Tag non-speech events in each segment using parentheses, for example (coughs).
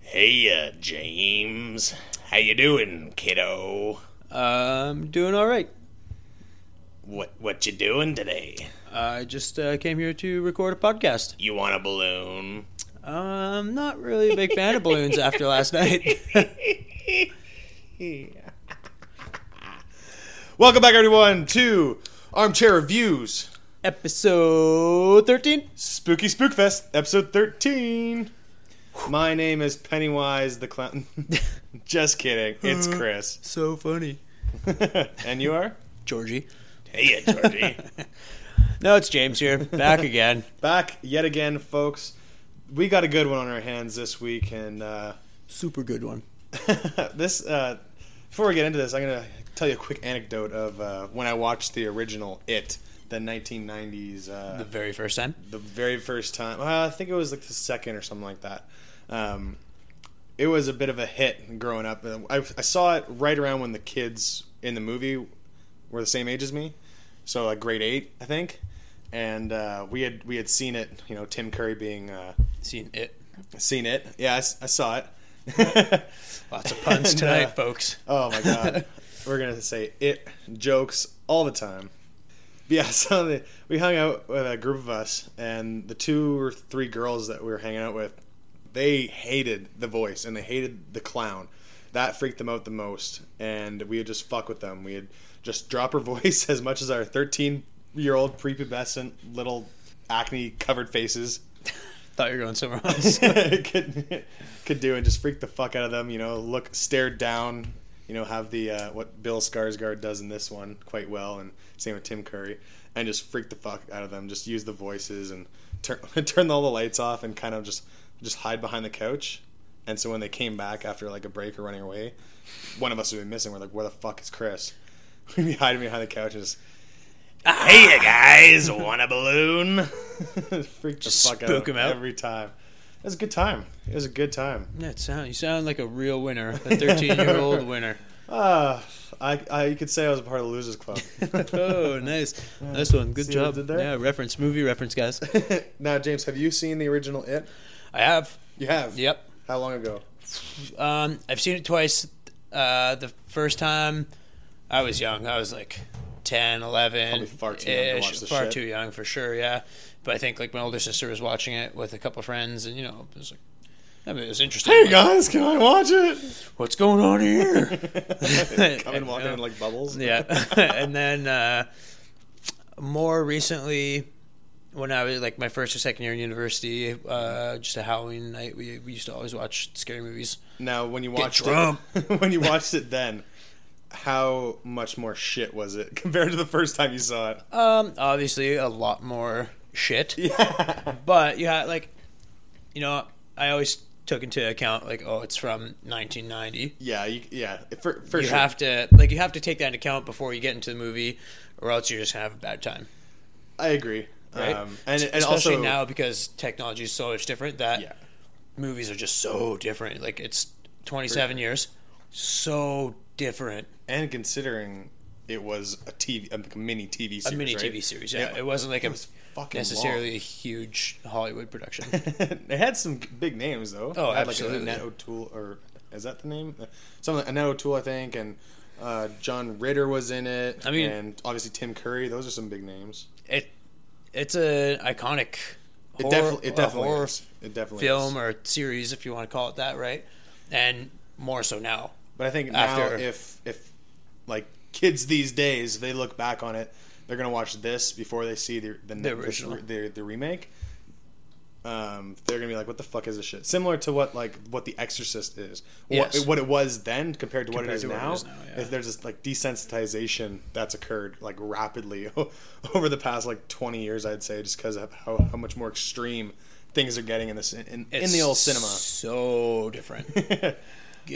Hey, uh, James. How you doing, kiddo? Um, doing all right. What what you doing today? I just uh, came here to record a podcast. You want a balloon? Um, not really a big fan of balloons after (laughs) last night. Welcome back, everyone, to Armchair Reviews Episode thirteen. Spooky Spookfest, episode 13. My name is Pennywise the Clown. (laughs) Just kidding. (laughs) It's Chris. (laughs) So funny, and you are? Georgie. Hey, uh, Georgie. No, it's James here, back again. (laughs) Back yet again, folks. We got a good one on our hands this week, and uh, Super good one. (laughs) this. Uh, before we get into this, I'm gonna tell you a quick anecdote of uh, when I watched the original It, the 1990s uh, The very first time. the very first time. Uh, I think it was like the second or something like that. Um, it was a bit of a hit growing up. And I, I saw it right around when the kids in the movie were the same age as me, so like grade eight, I think. And uh, we had we had seen it, you know, Tim Curry being uh, Seen it. seen it. Yeah, I, s- I saw it. Lots (laughs) of puns (laughs) And, tonight, uh, folks. Oh my god, we're gonna say it jokes all the time. Yeah, (laughs) so the, we hung out with a group of us, and the two or three girls that we were hanging out with, they hated the voice and they hated the clown. That freaked them out the most, and we would just fuck with them. We would just drop her (laughs) voice as much as our thirteen-year-old prepubescent little acne-covered faces Thought you were going somewhere (laughs) (laughs) else. could could do and just freak the fuck out of them. You know, look stared down. You know, have the uh, what Bill Skarsgård does in this one quite well, and same with Tim Curry, and just freak the fuck out of them. Just use the voices and turn (laughs) turn all the lights off and kind of just just hide behind the couch. And so when they came back after like a break or running away, one of us would be missing. We're like, where the fuck is Chris? (laughs) We'd be hiding behind the couches. hey, you guys. Want a (laughs) balloon? freak the Just fuck out, spook of them 'em out. every time. It was a good time. It was a good time. That sound. You sound like a real winner, a (laughs) thirteen-year-old winner. Ah, I, I you could say I was a part of the losers club. (laughs) oh, nice, nice one. Good See what I job. did there? Yeah, reference movie reference, guys. now, James, have you seen the original It? I have. You have. Yep. How long ago? Um, I've seen it twice. Uh, the first time I was young. I was like 10, 11. Probably far too young to ish. watch this Far shit. too young for sure, yeah. But I think like my older sister was watching it with a couple friends and you know, it was like I mean, it was interesting. Hey Like, guys, can I watch (laughs) it? What's going on here? (laughs) Coming walking in like bubbles. (laughs) yeah. (laughs) and then uh, more recently when I was like my first or second year in university, uh, just a Halloween night, we, we used to always watch scary movies. Now, when you watched drunk. it, (laughs) when you watched it then, how much more shit was it (laughs) compared to the first time you saw it? Um, obviously a lot more shit. Yeah. But you had like, you know, I always took into account like, oh, it's from 1990. (laughs) Yeah. You, yeah. For, for You sure. have to like you have to take that into account before you get into the movie, or else you're just gonna have a bad time, I agree. right? Um, and and especially also now because technology is so much different that Yeah. movies are just so different. Like it's 27 years, so different. And considering it was a TV, a mini TV series. A mini right? TV series, yeah. It wasn't like a was fucking necessarily a huge Hollywood production. (laughs) (laughs) it had some big names though. Oh, it had absolutely. Like Annette O'Toole, or is that the name? Uh, Something Annette O'Toole, I think, and uh, John Ritter was in it. I mean- and obviously Tim Curry. Those are some big names. it it's an iconic. It horror- definitely, a it definitely, horror is. It definitely film Is. or series, if you want to call it that, right? And more so now. But I think after- now, if if like kids these days, if they look back on it, they're gonna watch this before they see the the the, original. the, the remake. Um, they're gonna be like, "What the fuck is this shit?" Similar to what like what The Exorcist is, Yes. what, what it was then compared to what it Compared is to what it now. is now, yeah. is there's this like desensitization that's occurred like rapidly (laughs) over the past like 20 years, I'd say, just because of how, how much more extreme things are getting in this in, in the old cinema. so (laughs) different in (laughs)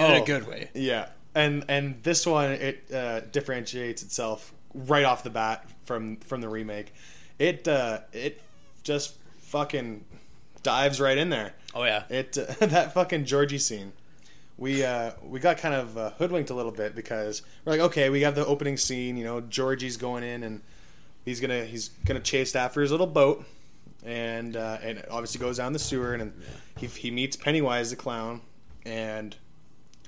a Oh. good way. Yeah, and and this one it uh, differentiates itself right off the bat from from the remake. It uh, it just fucking dives right in there. Oh yeah, It (laughs) uh, that fucking Georgie scene. We uh, we got kind of uh, hoodwinked a little bit because we're like, okay, we have the opening scene. You know, Georgie's going in and he's gonna he's gonna chase after his little boat, and uh, and it obviously goes down the sewer and, he he meets Pennywise the clown, and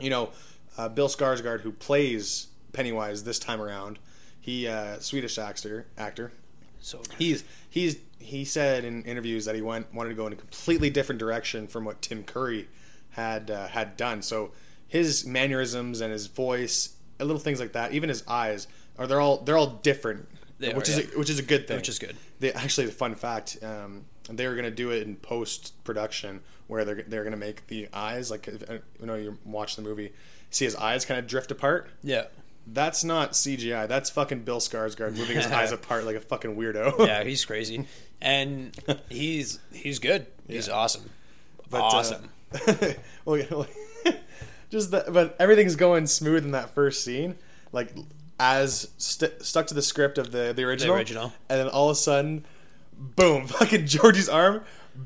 you know uh, Bill Skarsgård, who plays Pennywise this time around, he uh, Swedish actor actor. So He's he's he said in interviews that he went wanted to go in a completely different direction from what Tim Curry had uh, had done. So his mannerisms and his voice, and little things like that, even his eyes are they're all they're all different, They which are, is yeah. a, which is a good thing. Which is good. They actually the fun fact. Um, they were gonna do it in post production where they're they're gonna make the eyes like if, uh, you know you watch the movie, see his eyes kind of drift apart. yeah, That's not CGI. That's fucking Bill Skarsgård moving (laughs) his eyes apart like a fucking weirdo. yeah, he's crazy, (laughs) and he's he's good. He's Yeah. awesome. But, uh, awesome. (laughs) well, (laughs) yeah, like, just the, but everything's going smooth in that first scene, like as st- stuck to the script of the the original, original. and then all of a sudden, boom! (laughs) Fucking Georgie's arm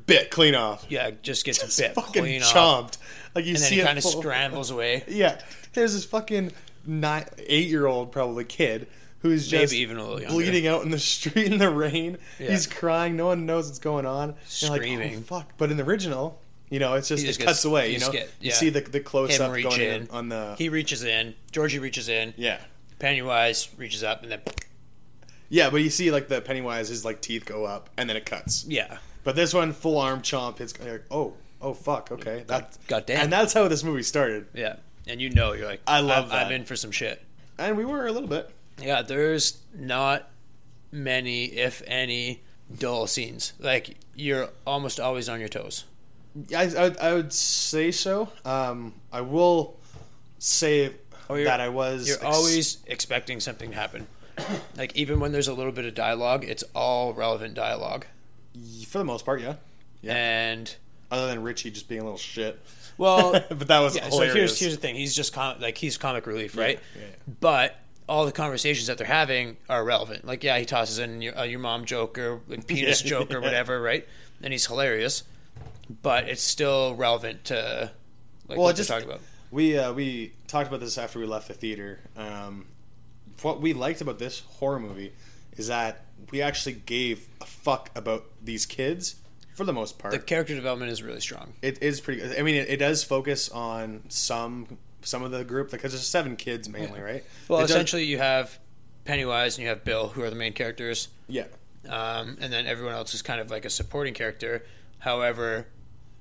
bit clean off. yeah, just gets a bit fucking clean off, chomped. Like you and then see he it kind of full- scrambles (laughs) away. (laughs) Yeah, there's this fucking nine, eight-year-old probably kid who's just Maybe even a little younger. bleeding out in the (laughs) street in the rain. Yeah. He's crying. No one knows what's going on. You're like, oh, Screaming. fuck! But in the original, you know, it's just He it just cuts gets- away. he You know, just get- you yeah. see the the close Him up reach going in in. on the He reaches in. Georgie reaches in. yeah. Pennywise reaches up, and then Yeah, but you see like the Pennywise, his like teeth go up, and then it cuts. yeah, But this one, full arm chomp. It's like, oh, oh, fuck, okay, that's goddamn. and that's how this movie started. yeah, and you know you're like I love I'm, that. I'm in for some shit. And we were a little bit. Yeah, there's not many, if any, dull scenes. Like you're almost always on your toes. I, I, would- I would say so. Um, I will say Oh, you're- that I was. You're ex- always expecting something to happen. (clears throat) Like even when there's a little bit of dialogue, it's all relevant dialogue. for the most part, yeah. And Other than Richie just being a little shit, (laughs) (laughs) well, but that was Oh. yeah. So hilarious. here's here's the thing. He's just com- like he's comic relief, right? yeah, yeah. But all the conversations that they're having are relevant. Like yeah, he tosses in your, uh, your mom (laughs) joke or a penis Yeah, joke or yeah. whatever, right? And he's hilarious, but it's still relevant to like Well, what it just they're talking about. we uh, we talked about this after we left the theater. Um, what we liked about this horror movie is that we actually gave a fuck about these kids for the most part. The character development is really strong. it is pretty good. I mean, it, it does focus on some some of the group because there's seven kids mainly, right? Well, It does- essentially, you have Pennywise and you have Bill, who are the main characters, yeah. um, and then everyone else is kind of like a supporting character. However,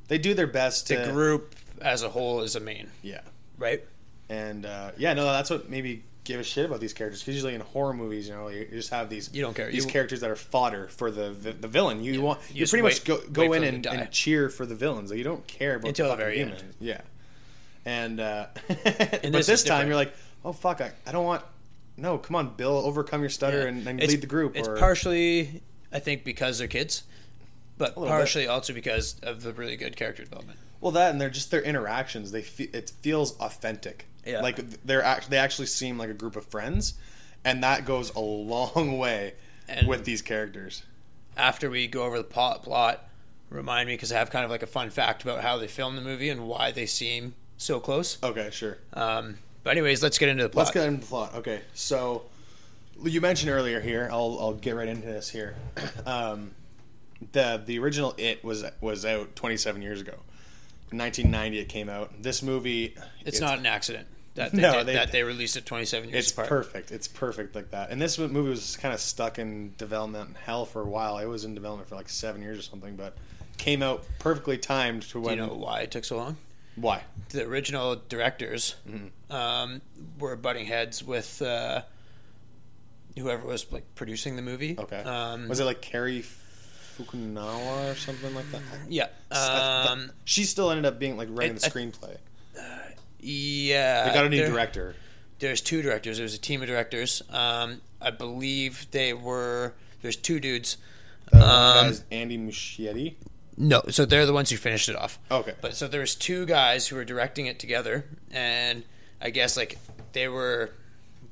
they do their best the to group as a whole is a main, yeah right? and uh, yeah no that's what maybe give a shit about these characters because usually in horror movies you know you you just have these You don't care. these You- characters that are fodder for the the, the villain you want you, just pretty much wait- go go wait for in them to and, die. and cheer for the villains like, you don't care about Until the fucking very end. humans. yeah and uh (laughs) but this this, is time different. you're like oh fuck I, I don't want no come on Bill overcome your stutter and, and It's- lead the group It's or partially, I think, because they're kids, but little bit. partially also because of the really good character development. Well, that and they're just their interactions. They fe- it feels authentic. Yeah. Like they're act- they actually seem like a group of friends, and that goes a long (laughs) way And- with these characters. After we go over the plot, plot remind me because I have kind of like a fun fact about how they filmed the movie and why they seem so close. Okay, sure. Um, but anyways, let's get into the plot. Let's get into the plot. Okay, so you mentioned earlier here. I'll I'll get right into this here. (clears throat) Um, the the original It was was out 27 years ago. 1990 it came out. This movie It's, not an accident (laughs) that they, No, did, they- that they released it 27 years It's apart. perfect. It's perfect like that. And this movie was kind of stuck in development hell for a while. It was in development for like seven years or something, but came out perfectly timed to Do you when. know why it took so long? Why? The original directors Mm-hmm. um, were butting heads with uh, whoever was like producing the movie. Okay. Um, was it like Carrie Fukunawa or something like that? yeah. I th- Um, she still ended up being like writing it- the I- screenplay. yeah. They got a new there- director. There's two directors. There's a team of directors. Um, I believe they were. There's two dudes. Uh, um, guys, Andy Muschietti. No, so they're the ones who finished it off. Okay. But so there was two guys who were directing it together, and I guess like they were,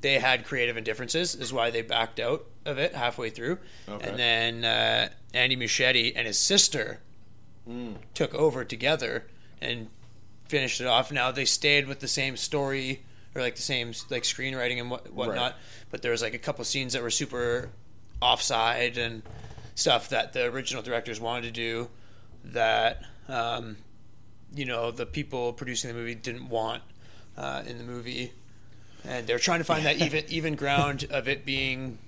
they had creative differences, is why they backed out of it halfway through, Okay. and then uh, Andy Muschietti and his sister Hmm. took over together and finished it off. Now they stayed with the same story or like the same like screenwriting and what whatnot, but there was like a couple scenes that were super offside and stuff that the original directors wanted to do that um, you know the people producing the movie didn't want uh, in the movie, and they're trying to find (laughs) that even even ground of it being,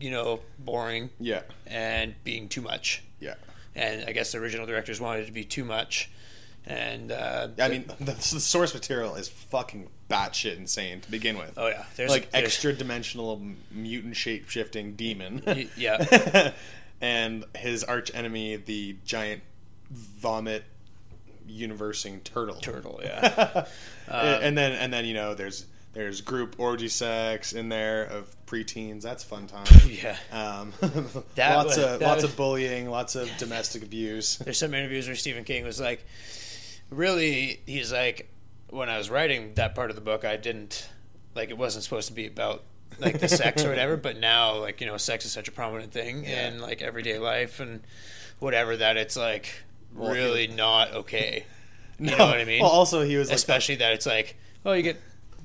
you know, boring Yeah. and being too much. Yeah. And I guess the original directors wanted it to be too much, and uh, I mean, (laughs) the, the source material is fucking batshit insane to begin with. oh yeah, there's like there's- extra dimensional mutant shape shifting demon. Y- (laughs) yeah. and his arch enemy, the giant vomit universing turtle. (laughs) Uh, turtle, yeah, Um, and then and then you know there's there's group orgy sex in there of preteens. That's fun time. (laughs) yeah. Um, (laughs) That lots was- of that lots was- of bullying, lots of domestic abuse. there's some interviews where Stephen King was like, really, he's like, when I was writing that part of the book, I didn't, like, it wasn't supposed to be about, like, the sex or whatever, but now, like, you know, sex is such a prominent thing Yeah. in, like, everyday life and whatever that it's, like, Well, really not okay. You (laughs) No. know what I mean? Well, also he was like, Especially that it's like, oh, you get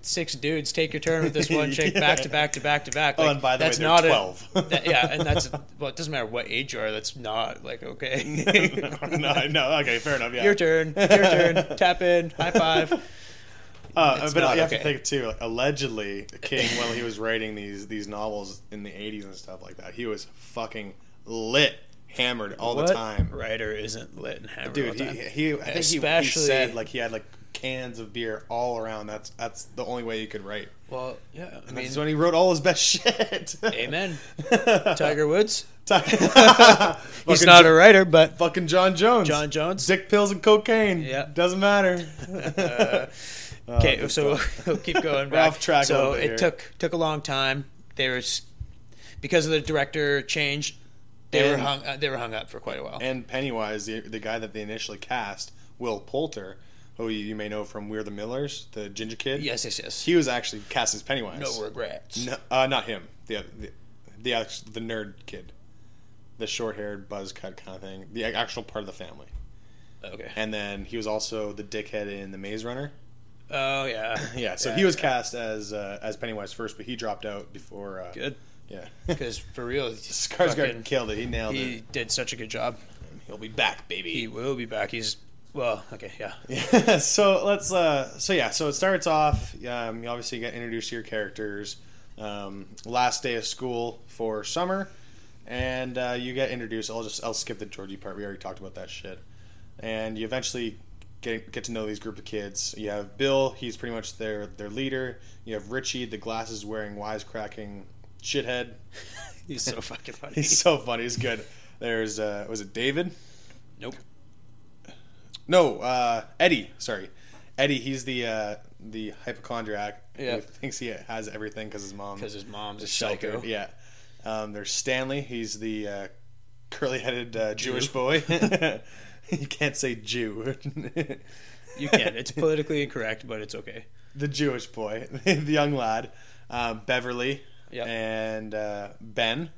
six dudes, take your turn with (laughs) this one chick Yeah. back to back to back to back. oh, Like, and by the way, that's they're not a- twelve. (laughs) that- yeah, and that's well. It doesn't matter what age you are. That's not like okay. (laughs) (laughs) no, no, okay, fair enough. Yeah, Your turn. Your turn. Tap in. High five. Uh, It's but not you have to okay. think too. Like, allegedly, King, while he was writing these these novels in the '80s and stuff like that, he was fucking lit, hammered (laughs) all the time. Writer isn't lit and hammered all Dude, the he, time. he, I think he, he Especially- said like he had like cans of beer all around. That's that's the only way you could write. well, yeah. I mean, That's when he wrote all his best (laughs) shit. (laughs) amen. Tiger Woods. He's He's not a writer, but fucking John Jones. John Jones. Dick pills and cocaine. Yeah. Uh, doesn't (laughs) matter. Oh, Okay, good so stuff. (laughs) we'll keep (laughs) going. We're Back. off track a So little bit it here. took took a long time. They were s- because of the director change. They were And- hung. Uh, they were hung up for quite a while. and Pennywise, the, the guy that they initially cast, Will Poulter, who you, you may know from We're the Millers, the ginger kid. yes, yes, yes. He was actually cast as Pennywise. No regrets. No, uh, not him. The other- the the, act- the nerd kid, the short-haired buzz cut kind of thing. The actual part of the family. Okay. And then he was also the dickhead in The Maze Runner. Oh yeah. (laughs) Yeah, so he was cast as uh, as Pennywise first, but he dropped out before. Uh, good Yeah. (laughs) because for real, Skarsgård fucking- killed it. He nailed He it. did such a good job. He'll be back, baby. He will be back. He's well, okay, (laughs) yeah. so let's uh so yeah so it starts off um, you obviously get introduced to your characters um, last day of school for summer and uh, you get introduced i'll just i'll skip the georgie part we already talked about that shit and you eventually get, get to know these group of kids you have bill he's pretty much their their leader you have richie the glasses wearing wisecracking shithead (laughs) He's so fucking funny. he's so funny he's good there's uh was it david nope. No, uh, Eddie. Sorry, Eddie. He's the uh, the hypochondriac Yeah. who thinks he has everything because his mom Because his mom's a is psycho. sheltered. (laughs) Yeah. Um, there's Stanley. He's the uh, curly-headed uh, Jewish (laughs) boy. (laughs) you can't say Jew. (laughs) You can. It's politically incorrect, but it's okay. the Jewish boy, (laughs) the young lad, um, Beverly, Yeah. and uh, Ben.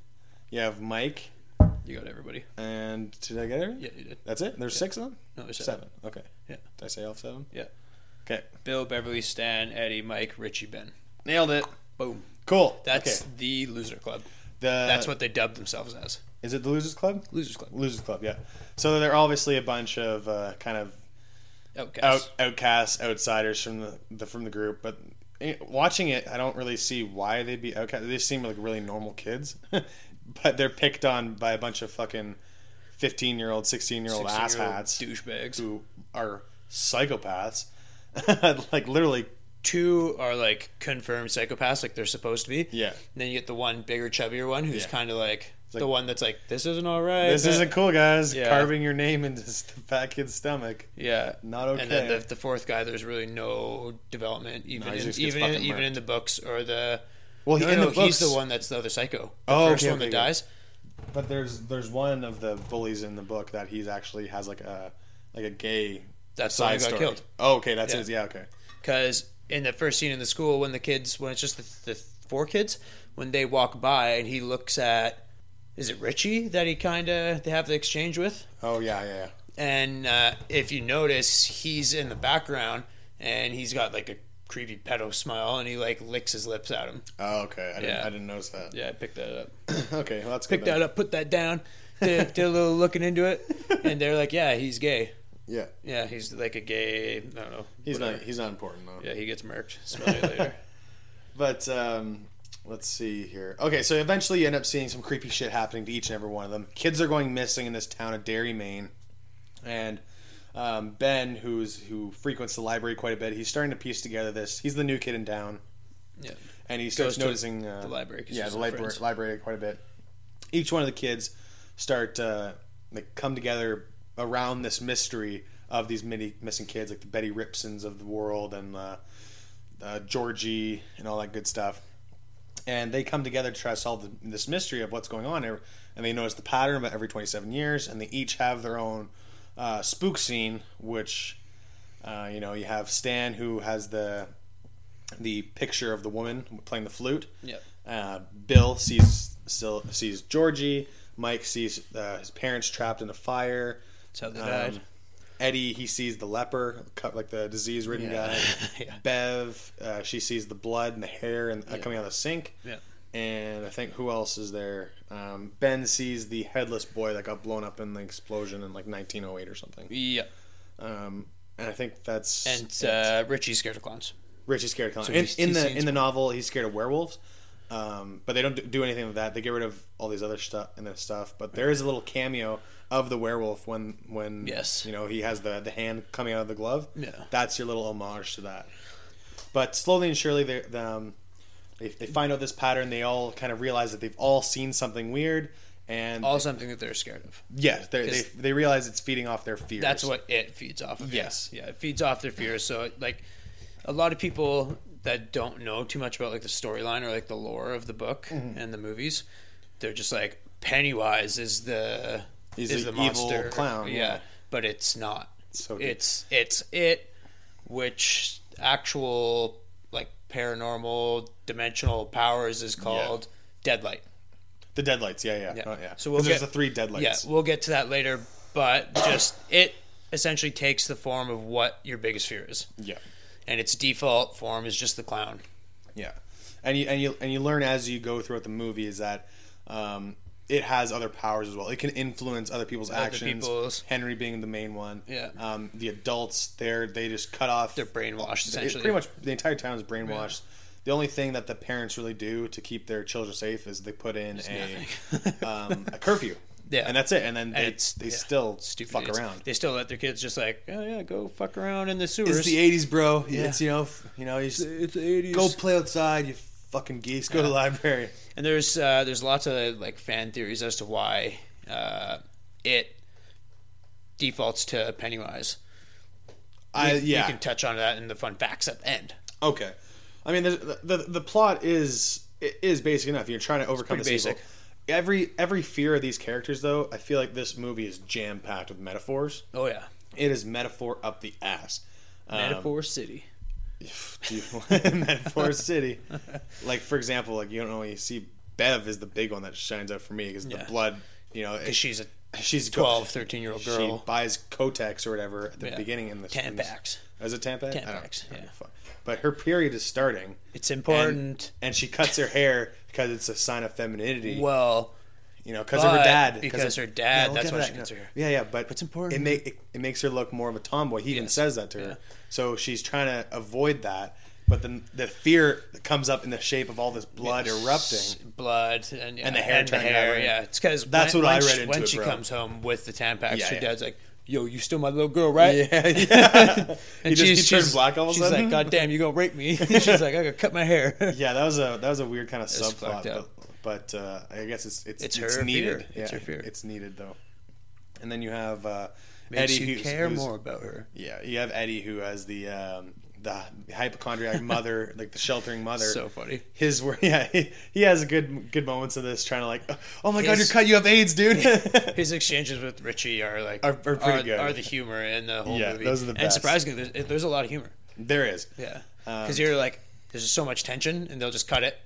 You have Mike, You got everybody. and did I get everyone? Yeah, you did. That's it. There's six of them. No, there's Seven. Okay. Yeah. Did I say all seven? Yeah. Okay. Bill, Beverly, Stan, Eddie, Mike, Richie, Ben. Nailed it. Boom. Cool. That's okay. Uh, the loser club. the That's what they dubbed themselves as. Is it the Losers Club? Losers club. Losers Club, yeah. So they're obviously a bunch of uh, kind of Outcast. out, outcasts, outsiders from the, the from the group. But eh, watching it, I don't really see why they'd be outcasts. They seem like really normal kids, (laughs) but they're picked on by a bunch of fucking fifteen year old, sixteen year old 16-year-old Oh, asshats Douchebags. who are psychopaths. (laughs) like literally, Two are like confirmed psychopaths, like they're supposed to be. yeah. And then you get the one bigger, chubbier one who's Yeah. kind of like, like- the one that's like, this isn't all right. This but-" isn't cool, guys. Yeah. Carving your name into the fat kid's stomach, (laughs) Yeah. not okay. And then the, the fourth guy, there's really no development, even he in, just gets even in, fucking even murked. in the books or the. well, No, in no, the he's books- the one that's the other psycho. The Oh, first okay, one okay, that okay. dies. But there's there's one of the bullies in the book that he's actually has like a like a gay That's the one side who got story. killed. Oh, okay, that's Yeah. his. Yeah, okay. Because in the first scene in the school, when the kids, when it's just the, the four kids, when they walk by and he looks at, is it Richie that he kind of they have the exchange with? Oh yeah, yeah, yeah. And uh, if you notice, he's in the background and he's got like a creepy pedo smile and he like licks his lips at him. Oh, okay. I didn't, Yeah. I didn't notice that. Yeah, I picked that up. (laughs) okay, well, that's picked good. that up, put that down, did, did a little looking into it, and they're like, "Yeah, he's gay." Yeah, Yeah, he's like a gay. I don't know. he's whatever. not he's not important though. Yeah, he gets murked. Smell you later. But um, let's see here. Okay, so eventually you end up seeing some creepy shit happening to each and every one of them. Kids are going missing in this town of Derry, Maine, and um, Ben, who's who frequents the library quite a bit, he's starting to piece together this. He's the new kid in town. Yeah. and he starts to noticing uh, the library 'cause Yeah, he's the not library, friends. library quite a bit. Each one of the kids start uh, like come together around this mystery of these mini missing kids, like the Betty Ripsons of the world and uh, uh, Georgie and all that good stuff. And they come together to try to solve the, this mystery of what's going on, and they notice the pattern about every 27 years, and they each have their own uh, spook scene, which uh, you know you have Stan who has the the picture of the woman playing the flute. Yep. Uh, Bill sees still sees Georgie. Mike sees uh, his parents trapped in a fire. That's how they Um, died. Eddie he sees the leper, cut like the disease-ridden Yeah. guy. (laughs) Yeah. Bev uh, she sees the blood and the hair and uh, coming out of the sink. Yeah. And I think who else is there? Um, ben sees the headless boy that got blown up in the explosion in like 1908 or something. (laughs) Yeah. Um, and I think that's And uh, Richie's scared of clowns. Richie's scared of clowns. So in, he's- in he's the seen in the novel, he's scared of werewolves, um, but they don't do- do anything with that. They get rid of all these other stuff and this stuff. But there is a little cameo of the werewolf when when Yes. you know he has the the hand coming out of the glove. Yeah. that's your little homage to that. But slowly and surely, they they, um, they they find out this pattern. They all kind of realize that they've all seen something weird, and All something that they're scared of. yes, they, they 'cause- they realize it's feeding off their fears. That's what it feeds off of. Yes. Yeah, it feeds off their fears. So like a lot of people that don't know too much about like the storyline or like the lore of the book Mm-hmm. and the movies, they're just like Pennywise is the He's is the the, evil monster clown, Yeah, yeah. but it's not. so good. it's it's it, which actual like paranormal dimensional powers is called Deadlight. the deadlights. Yeah, yeah, Yeah. Oh, yeah. So we'll 'Cause there's get- the three deadlights. Yeah, we'll get to that later, but just it essentially takes the form of what your biggest fear is. yeah. And its default form is just the clown. Yeah, and you and you and you learn as you go throughout the movie is that um, it has other powers as well. It can influence other people's actions. people's- Henry being the main one. Yeah. Um, the adults there, they just cut off. They're brainwashed it's essentially. pretty much the entire town is brainwashed. The only thing that the parents really do to keep their children safe is they put in a (laughs) um, a curfew. Yeah. and that's it. And then they, it's- they yeah. still Stupid fuck idiots. around. They still let their kids just like, oh yeah, go fuck around in the sewers. It's the '80s, bro. It's you know, f- you know, you just It's the 80s. go play outside. You fucking geeks, go to the library. And there's uh, there's lots of like fan theories as to why uh, it defaults to Pennywise. I We- yeah. We can touch on that in the fun facts at the end. Okay, I mean there's- the the, the plot is it is basic enough. You're trying to overcome this pretty evil. basic. Every every fear of these characters, though, I feel like this movie is jam packed with metaphors. Oh yeah, It is metaphor up the ass. Um, (laughs) Metaphor City. Dude, (laughs) metaphor city. Like for example, like you don't know you see Bev is the big one that shines out for me because Yeah. the blood. You know, it- Because she's a she's go- 12, 13 year old girl. She buys Kotex or whatever at the Yeah. beginning in the in this- Tampax. Is it Tampax? I don't- Tampax, I don't yeah. fuck. But her period is starting. It's important. and, and she cuts her hair because it's a sign of femininity. well, you know, because of her but dad. because of- her dad, look that's at why that. she cuts her hair. Yeah, yeah, but It's important. It, make, it, it makes her look more of a tomboy. He even Yes. says that to her. Yeah. So she's trying to avoid that, but then the fear that comes up in the shape of all this blood s- erupting. blood, and, yeah, And the hair turning that way. Yeah, it's because That's what I read she, into When it, she bro. comes home with the Tampax, Yeah, her yeah. dad's like, "Yo, you still my little girl, right?" (laughs) Yeah, (laughs) yeah. he And just, she's, he turned she's- black all of a she's sudden. like, "God damn, you gonna (laughs) rape me?" (laughs) she's like, "I gotta cut my hair." yeah, that was a that was a weird kind of was subplot, fucked but, up. but uh, I guess it's it's It's it's her needed. fear. It's yeah, her fear. It's needed though. And then you have uh, (laughs) Makes Eddie you who's- care who's- more about her. Yeah, you have Eddie who has the um, the (laughs) hypochondriac mother, like the sheltering mother. So funny. his wor (laughs) yeah, he, he has good good moments of this, trying to like, oh my god, you're His- cut, you have AIDS, dude. (laughs) (laughs) His exchanges with Richie are like Are- are pretty good. Are the humor in the whole Yeah, movie? those are the And best. surprisingly, there's, there's a lot of humor. there is, Yeah, Um, because you're like, there's just so much tension, and they'll just cut it.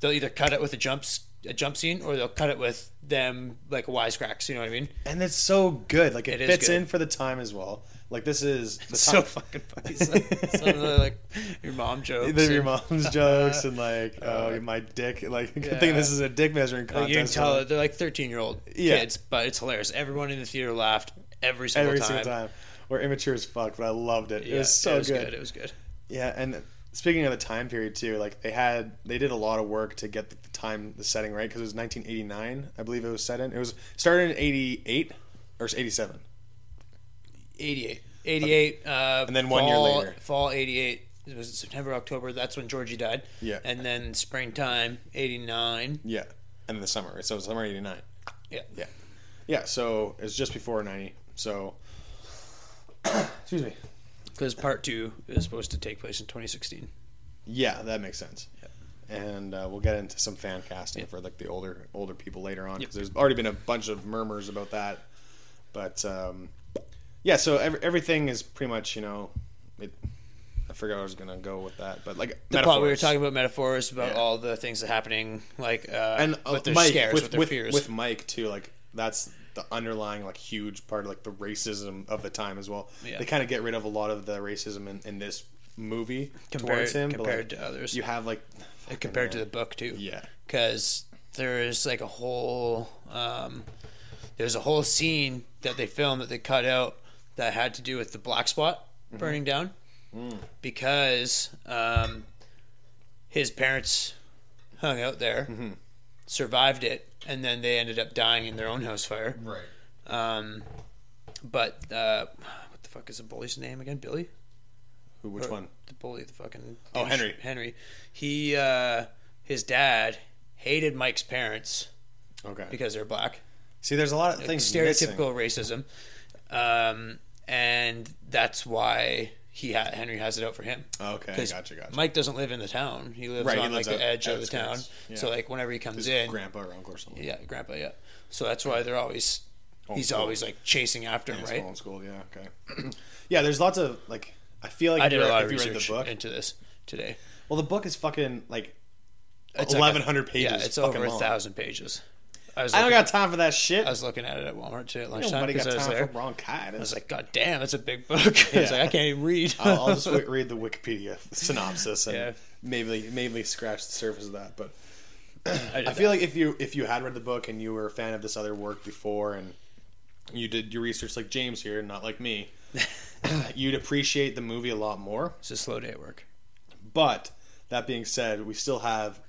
They'll either cut it with a jump s- a jump scene, or they'll cut it with them like wisecracks. You know what I mean? and it's so good. Like it, It is fits good. in for the time as well. Like this is the (laughs) so time- (laughs) fucking funny. Some, some of the like your mom jokes. Either your and- mom's jokes and (laughs) like, oh, my dick. Like, (laughs) good thing Yeah. this is a dick measuring Like, contest. you can tell they're like 13 year old Yeah. kids, but it's hilarious. Everyone in the theater laughed every single every time. single time. We're immature as fuck, but I loved it. it Yeah, was so it was good. It was good. Yeah, and speaking of the time period too, like they had they did a lot of work to get the time the setting right because it was 1989, I believe it was set in. It was started in 88 or 87. 88. 88. Uh, Um, And then one year fall- later. Fall 88. It was September, October. That's when Georgie died. Yeah. And then springtime, 89. Yeah, and then the summer. right? So it was summer 89. Yeah. Yeah, yeah. So it was just before 90. So (coughs) excuse me. Because part two is supposed to take place in 2016. Yeah, that makes sense. And uh, we'll get into some fan casting for like the older older people later on because there's already been a bunch of murmurs about that. But um, yeah, so every, everything is pretty much you know, it, I forgot where I was gonna go with that, but like The part we were metaphors. talking about metaphors, about Yeah. all the things that are happening, like, uh, and uh, with their Mike scares, with with, their with, fears. with Mike too, like that's the underlying like huge part of like the racism of the time as well. Yeah. They kind of get rid of a lot of the racism in, in this movie compared towards him, compared but like, to others. you have like and compared to the book, too. yeah. because there's like a whole um, there's a whole scene that they filmed that they cut out that had to do with the black spot Mm-hmm. burning down Mm. because um, his parents hung out there Mm-hmm. survived it and then they ended up dying in their own house fire Right. um, but uh, what the fuck is the bully's name again billy Who? Which or one? The bully, the fucking. Oh, Henry. Henry. He, uh, his dad hated Mike's parents Okay. because they're black. See, there's a lot of things Stereotypical racism. Um, and that's why he ha- Henry has it out for him. missing. Okay, 'Cause gotcha, gotcha. Mike doesn't live in the town. He lives Right, he on lives like the out- edge of the town. outskirts. Yeah. So like whenever he comes His in, grandpa or uncle or something. yeah, grandpa, yeah. So that's why they're always he's cool. always like chasing after him, It's right? homeschooled. Yeah. Okay. (clears throat) yeah, there's lots of like. I feel like I if did you a read- lot if of you read research the book. into this today. well, the book is fucking like It's like a- 1,100 pages. Yeah, it's fucking over a long. thousand pages. I was I don't looking- got time for that shit. I was looking at it at Walmart today at lunchtime Nobody got because I was time there. for I was bronchitis. like, God damn, that's a big book. (laughs) I was like, I can't even read. (laughs) (laughs) I'll, I'll just wi- read the Wikipedia (laughs) synopsis and Yeah. maybe maybe scratch the surface of that. But I, I feel like if you if you had read the book and you were a fan of this other work before and you did your research like James here, not like (laughs) me, you'd appreciate the movie a lot more. it's a slow day at work. But that being said, we still have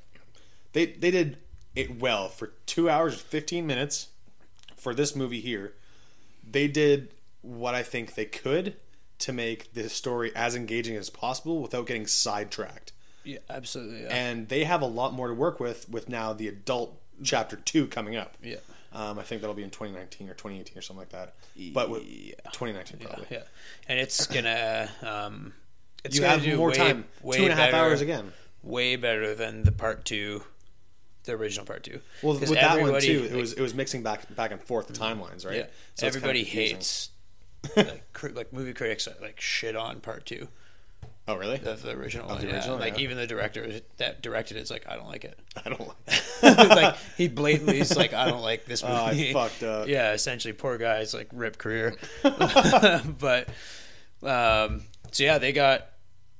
they they did it well for two hours and fifteen minutes for this movie here. They did what I think they could to make this story as engaging as possible without getting sidetracked. Yeah, absolutely. Yeah. And they have a lot more to work with with now the adult chapter two coming up. yeah. Um, I think that'll be in 2019 or 2018 or something like that. But with, 2019 probably. Yeah. And it's gonna um it's You gonna have do more way, time. way two and a half better- hours again. Way better than the part two the original part two. Well, 'Cause with that one everybody- too, it like, was it was mixing back back and forth the timelines, right? yeah, So it's kinda everybody confusing. hates like, cri- like movie critics like shit on part two. Oh, really? of the original one. the yeah. original, Like yeah. even the director that directed it's like I don't like it. (laughs) I don't like. like he blatantly is like I don't (laughs) like this movie. Oh, I fucked up. Yeah, essentially poor guy's like (laughs) rip career. (laughs) but um so yeah, they got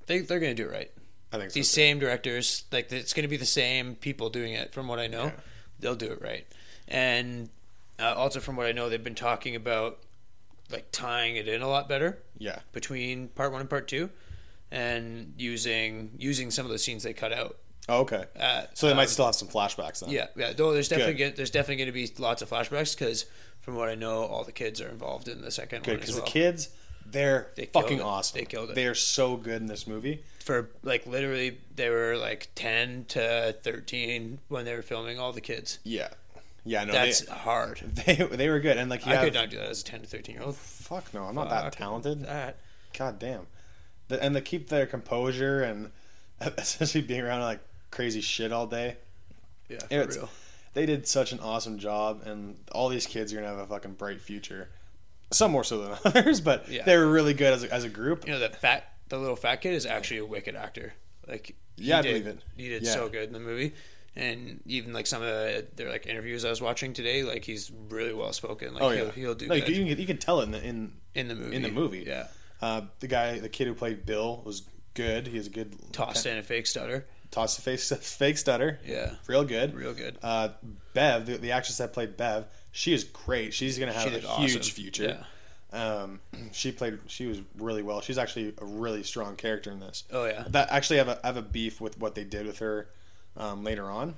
they they're going to do it right. I think so. These same directors, like it's going to be the same people doing it from what I know. They'll do it right. And uh, also from what I know they've been talking about like tying it in a lot better Yeah, between part one and part two, and using using some of the scenes they cut out. Oh, okay. Uh, so they might still have some flashbacks then. yeah, yeah. Though there's definitely Good. gonna, there's definitely going to be lots of flashbacks because from what I know, all the kids are involved in the second good one as because well. the kids they're They killed fucking it. awesome. They killed it. They are so good in this movie. For like literally, they were like ten to thirteen when they were filming all the kids. Yeah, Oh, yeah. No, That's they, hard. (laughs) they they were good and like you I have, could not do that as a ten to thirteen year old. Fuck no, I'm not that Fuck. talented. That God damn. The, and they keep their composure and (laughs) especially being around like crazy shit all day. yeah, for It's- real. They did such an awesome job, and all these kids are gonna have a fucking bright future. Some more so than (laughs) others, but Yeah. they were really good as a, as a group. You know that fat the little fat kid is actually a wicked actor. Like he Yeah, I did- believe it. He did Yeah. so good in the movie, and even like some of the, their like interviews I was watching today, like he's really well spoken. Like Oh he'll, yeah, he'll do No, you, good can, you can- you can tell it in the, in in the movie. in the movie. yeah. uh, the guy, the kid who played Bill was good. He has a good Tossed in a fake stutter. toss the face (laughs) fake stutter. Yeah, real good. real good. Uh, Bev, the, the actress that played Bev, she is great. She's gonna have She a did huge awesome. future. Um, she played. She was really well. She's actually a really strong character in this. Oh yeah. That actually I have a I have a beef with what they did with her um, later on,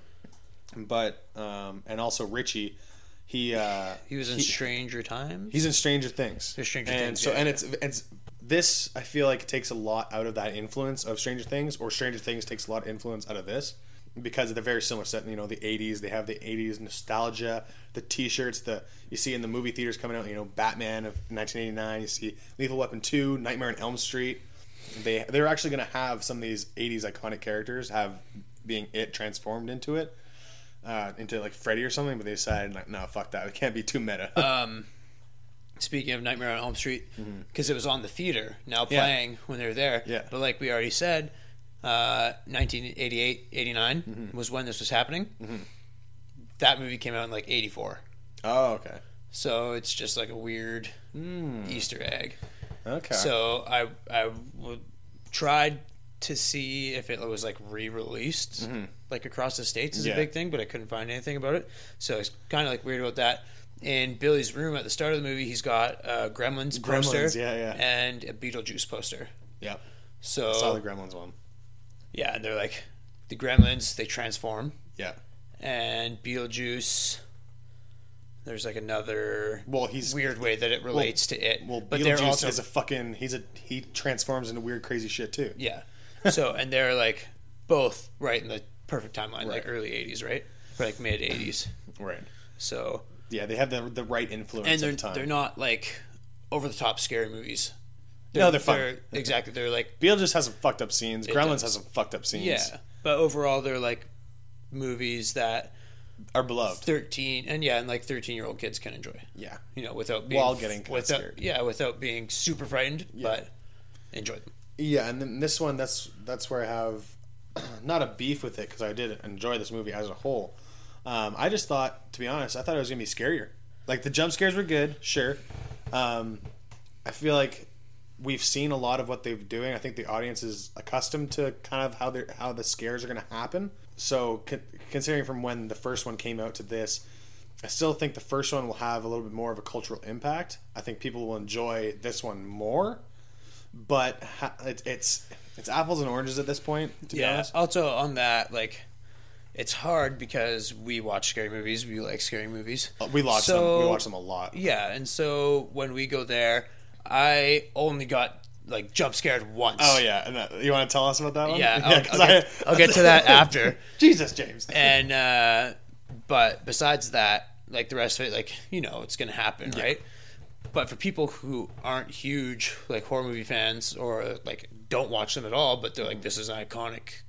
but um, and also Richie, he uh, He was in Stranger Times. he's in Stranger Things. He's Stranger and Things, So yeah, and it's it's this I feel like takes a lot out of that influence of Stranger Things, or Stranger Things takes a lot of influence out of this because they're very similar set. You know, the '80s they have the '80s nostalgia, the T-shirts, the you see in the movie theaters coming out. You know, Batman of 1989. You see Lethal Weapon 2, Nightmare on Elm Street. They they're actually going to have some of these '80s iconic characters have being it transformed into it. Uh, into like Freddy or something, but they decided like, no, fuck that. It can't be too meta. Uh, Speaking of Nightmare on Elm Street, because it was on the theater now playing when they were there. Yeah. But like we already said, uh, 1988, 89 was when this was happening. That movie came out in like 84. oh, okay. So it's just like a weird Easter egg. Okay. So I I would, tried to see if it was like re-released like across the states is Mm-hmm. Yeah. a big thing, but I couldn't find anything about it. So it's kind of like weird about that. In Billy's room at the start of the movie, he's got a Gremlins poster, Gremlins, yeah, yeah. and a Beetlejuice poster. yeah, So saw the Gremlins one. yeah, and they're like the Gremlins they transform, Yeah. and Beetlejuice. There's like another Well, he's weird way that it relates to it. Well, but they're Beetlejuice also is a fucking. He's a he transforms into weird crazy shit too. Yeah. (laughs) So and they're like both right in the perfect timeline, Right. like early '80s, right? Or like mid '80s. (laughs) Right. So Yeah, they have the the right influence and at they're the time. they're not like over the top scary movies. No, they're fun. exactly. They're like Beetlejuice has some fucked up scenes. Gremlins does. has some fucked up scenes. yeah, but overall they're like movies that Are beloved. 13 and yeah, and like 13 year old kids can enjoy. Yeah. You know, without being While getting kinda without scared. yeah, without being super frightened, but enjoy them. Yeah, and then this one that's that's where I have (clears throat) not a beef with it because I did enjoy this movie as a whole. Um, I just thought, to be honest, I thought it was gonna be scarier. Like the jump scares were good, sure. Um, I feel like we've seen a lot of what they're doing. I think the audience is accustomed to kind of how they are how the scares are gonna happen. So con- considering from when the first one came out to this, I still think the first one will have a little bit more of a cultural impact. I think people will enjoy this one more but ha- it, it's it's apples and oranges at this point. To be honest, Also on that, like, it's hard because we watch scary movies. We like scary movies. Uh, we watch So- them. We watch them a lot. Yeah, and so when we go there, I only got like jump scared once. Oh yeah, and that, you want to tell us about that (laughs) one? Yeah, I'll, I'll 'cause get, I- I'll get to that after. (laughs) Jesus, James. And uh, but besides that, like the rest of it, like you know, it's gonna happen, right? But for people who aren't huge like horror movie fans or like don't watch them at all, but they're like, this is an iconic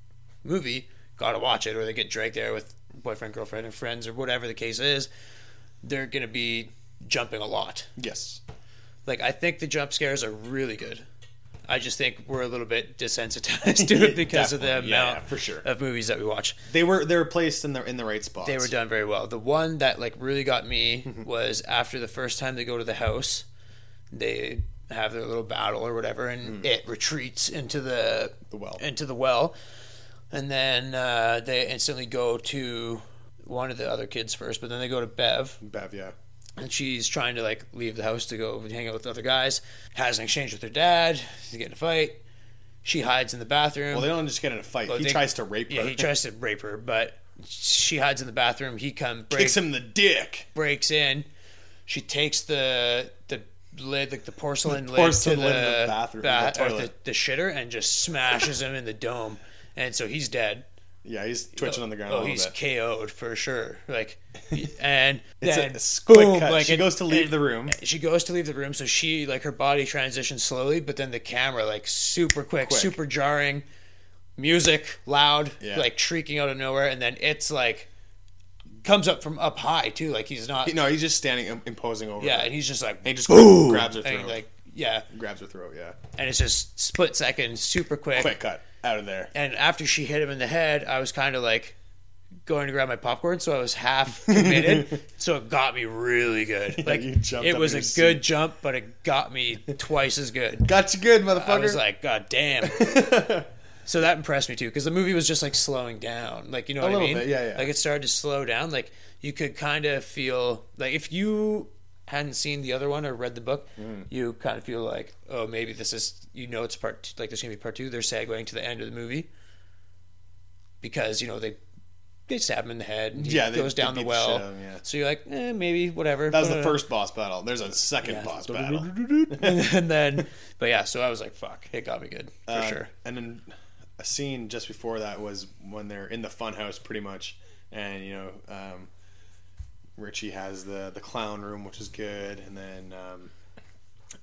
movie, gotta watch it, or they get dragged there with boyfriend, girlfriend, or friends, or whatever the case is, they're gonna be jumping a lot. yes, Like I think the jump scares are really good. I just think we're a little bit desensitized (laughs) to it because of the amount Definitely. Yeah, yeah, for sure. of movies that we watch. they were they were placed in the in the right spots. They were done very well. The one that like really got me Mm-hmm. was after the first time they go to the house, they have their little battle or whatever, and it retreats into the, Mm-hmm. The well. into the well, and then uh, they instantly go to one of the other kids first, but then they go to Bev, Bev, yeah, and she's trying to like leave the house to go hang out with other guys. Has an exchange with her dad. They get in a fight. She hides in the bathroom. well, they don't just get in a fight. he Oh, they- tries to rape (laughs) yeah, her. he tries to rape her, but she hides in the bathroom. He comes, kicks breaks, him in the dick. breaks in. She takes the the lid, like the porcelain, porcelain lid, to lid the, of the bathroom, ba- the or the, toilet. the shitter, and just smashes him in the dome, and so he's dead. Yeah, he's twitching on the ground a Oh, little he's bit. KO'd for sure. (laughs) Like, and It's then a- it's a quick boom, cut. like she it- goes to (laughs) leave it- the room. she goes to leave the room, so she like her body transitions slowly, but then the camera like super quick, Quick. super jarring, music loud, Yeah. like shrieking out of nowhere, and then it's like comes up from up high too, like he's not, No, he's just standing im- imposing over. yeah, her. and he's just like he just boom, grabs her and throat. like yeah, grabs her throat. Yeah, and it's just split second, super quick, quick cut out of there. and after she hit him in the head, I was kind of like going to grab my popcorn, so I was (laughs) half committed. so it got me really good. like you jumped it up was in a your seat. good jump, but it got me twice as good. Got you good, I motherfucker. was like, God damn. (laughs) so that impressed me too, because the movie was just like slowing down. Like you know what little I mean? bit, yeah, yeah. Like it started to slow down. Like you could kind of feel like if you hadn't seen the other one or read the book, Mm. you kind of feel like, oh, maybe this is you know it's part t- like there's gonna be part two. They're segueing to the end of the movie because you know they they stab him in the head. And he Yeah, they- goes they down beat the the shit well. out of him, yeah. So you're like, eh, maybe whatever. That was the But- first boss battle. There's a second uh, Yeah. boss battle. (laughs) and then, but yeah, so I was like, fuck, it got me good for Uh, sure. And then a scene just before that was when they're in the funhouse, pretty much, and you know, um, Richie has the the clown room, which is good, and then. Um,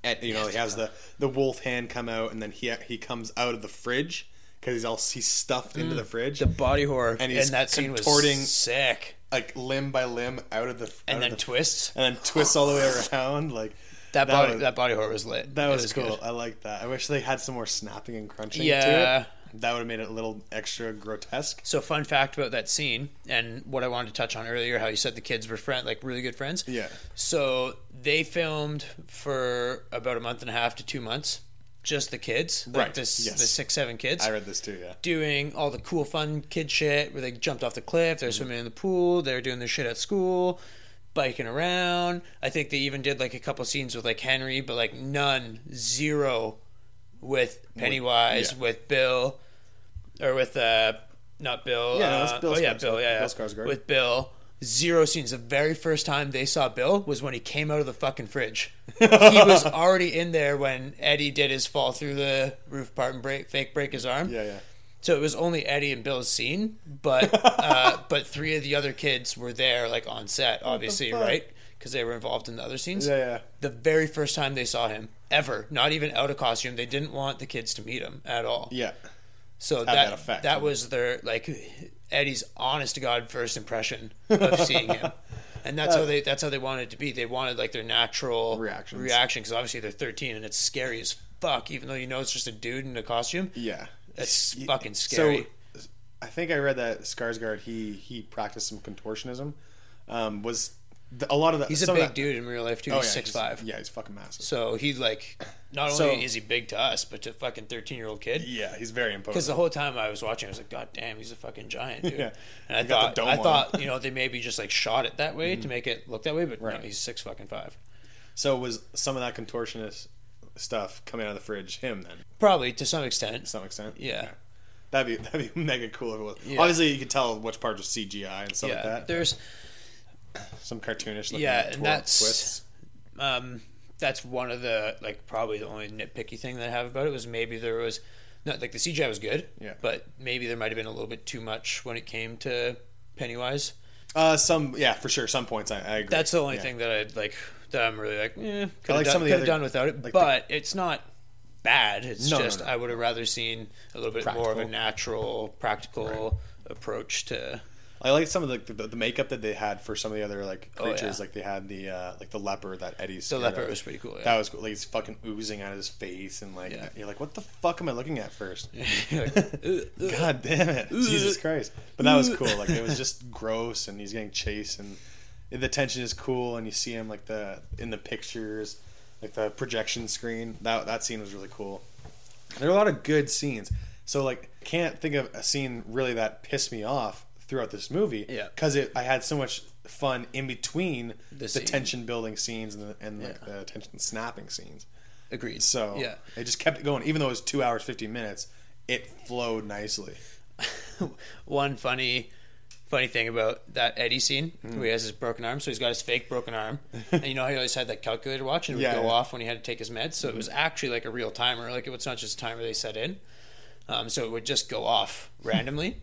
at, you know, he has the, the wolf hand come out, and then he he comes out of the fridge because he's all he's stuffed into the fridge, Mm. The body horror And and, he's that scene contorting- was sick, like limb by limb out of the out and of then the- twists. and then twists all the (laughs) way around. Like That, That body, was- that body horror was lit. that It was, cool. good. I like that. I wish they had some more snapping and crunching to Yeah. it. That would have made it a little extra grotesque. So, fun fact about that scene, and what I wanted to touch on earlier, how you said the kids were friend, like really good friends. Yeah. So they filmed for about a month and a half to two months, just the kids, like Right, The, s- yes. the six, seven kids. (laughs) I read this too, yeah. doing all the cool fun kid shit where they jumped off the cliff, Mm-hmm. they're swimming in the pool, they're doing their shit at school, biking around. I think they even did like a couple scenes with like Henry, but like none, zero with Pennywise, yeah. with Bill, or with uh not Bill. Yeah, no, uh, that's Bill oh yeah, Skarsgård. Bill. Yeah, yeah. Bill Skarsgård. with Bill. Zero scenes. The very first time they saw Bill was when he came out of the fucking fridge. he (laughs) was already in there when Eddie did his fall through the roof part and break, fake break his arm. Yeah, yeah. So it was only Eddie and Bill's scene, but (laughs) uh, but three of the other kids were there, like on set, obviously, fuck? right? Because they were involved in the other scenes. Yeah, yeah. The very first time they saw him ever, not even out of costume, they didn't want the kids to meet him at all. Yeah. so that that effect. that, was their like Eddie's honest to god first (laughs) impression of seeing him, and that's how they that's how they wanted it to be. They wanted like their natural Uh, Reactions. reaction because obviously they're 13 and it's scary as fuck, even though you know it's just a dude in a costume. Yeah. That's Y- fucking scary. So I think I read that Skarsgård he he practiced some contortionism. Um was the, a lot of the He's a some big of that- dude in real life too. Oh, he's yeah, six he's- five. Yeah, he's fucking massive. So he like not So- only is he big to us, but to fucking thirteen year old kid. yeah, he's very Because imposing. the whole time I was watching, I was like, "God damn, he's a fucking giant, dude!" Yeah. And I He got the thought, dome I on Mm-hmm. thought, you know, they maybe just like shot it that way to make it look that way, but Right. no, he's six fucking five. uh, So was some of that contortionist stuff coming out of the fridge him then to Probably to some extent. some extent? Yeah. That'd be (laughs) that'd be mega cool if it was. Yeah. Obviously, you could tell which parts was CGI and stuff yeah, like that. there's Some cartoonish looking Yeah, twirl and that's- twists. um, that's one of the like probably the only nitpicky thing that I have about it was maybe there was not like the CGI was good, Yeah. but maybe there might have been a little bit too much when it came to Pennywise. Uh, some yeah, for sure. Some points I, I agree. That's the only Yeah. thing that I'd like that I'm really like, eh, could like have some done, of the could've other- done without it. like the- but it's not bad. It's No, no, just no. I would have rather seen a little bit more of a Practical. natural, practical approach to I like some of the, the the makeup that they had for some of the other like Oh, yeah. creatures. Like they had the uh, like the leopard that Eddie's. the leopard was pretty cool. That Yeah. was cool. Like he's fucking oozing out of his face, and like Yeah. you're like, what the fuck am I looking at first? (laughs) Like, "Ugh, ugh." (laughs) God damn it, Jesus Christ! But that was cool. Like it was (laughs) just gross, and he's getting chased, and the tension is cool, and you see him like the in the pictures, like the projection screen. That that scene was really cool. There are a lot of good scenes. So like, can't think of a scene really that pissed me off throughout this movie. Yeah. because it I had so much fun in between the, scene. tension building scenes and the, and like the tension snapping scenes. Agreed. So yeah. (laughs) it just kept it going, even though it was two hours fifty minutes. It flowed nicely. one funny funny thing about that Eddie scene Mm. where he has his broken arm. So he's got his fake (laughs) broken arm. and you know how he always had that calculator watch and it would Yeah, go yeah. Mm-hmm. off when he had to take his meds. So it was actually like a real timer. Like it was not just a timer they set in. Um, so it would just go off randomly. (laughs)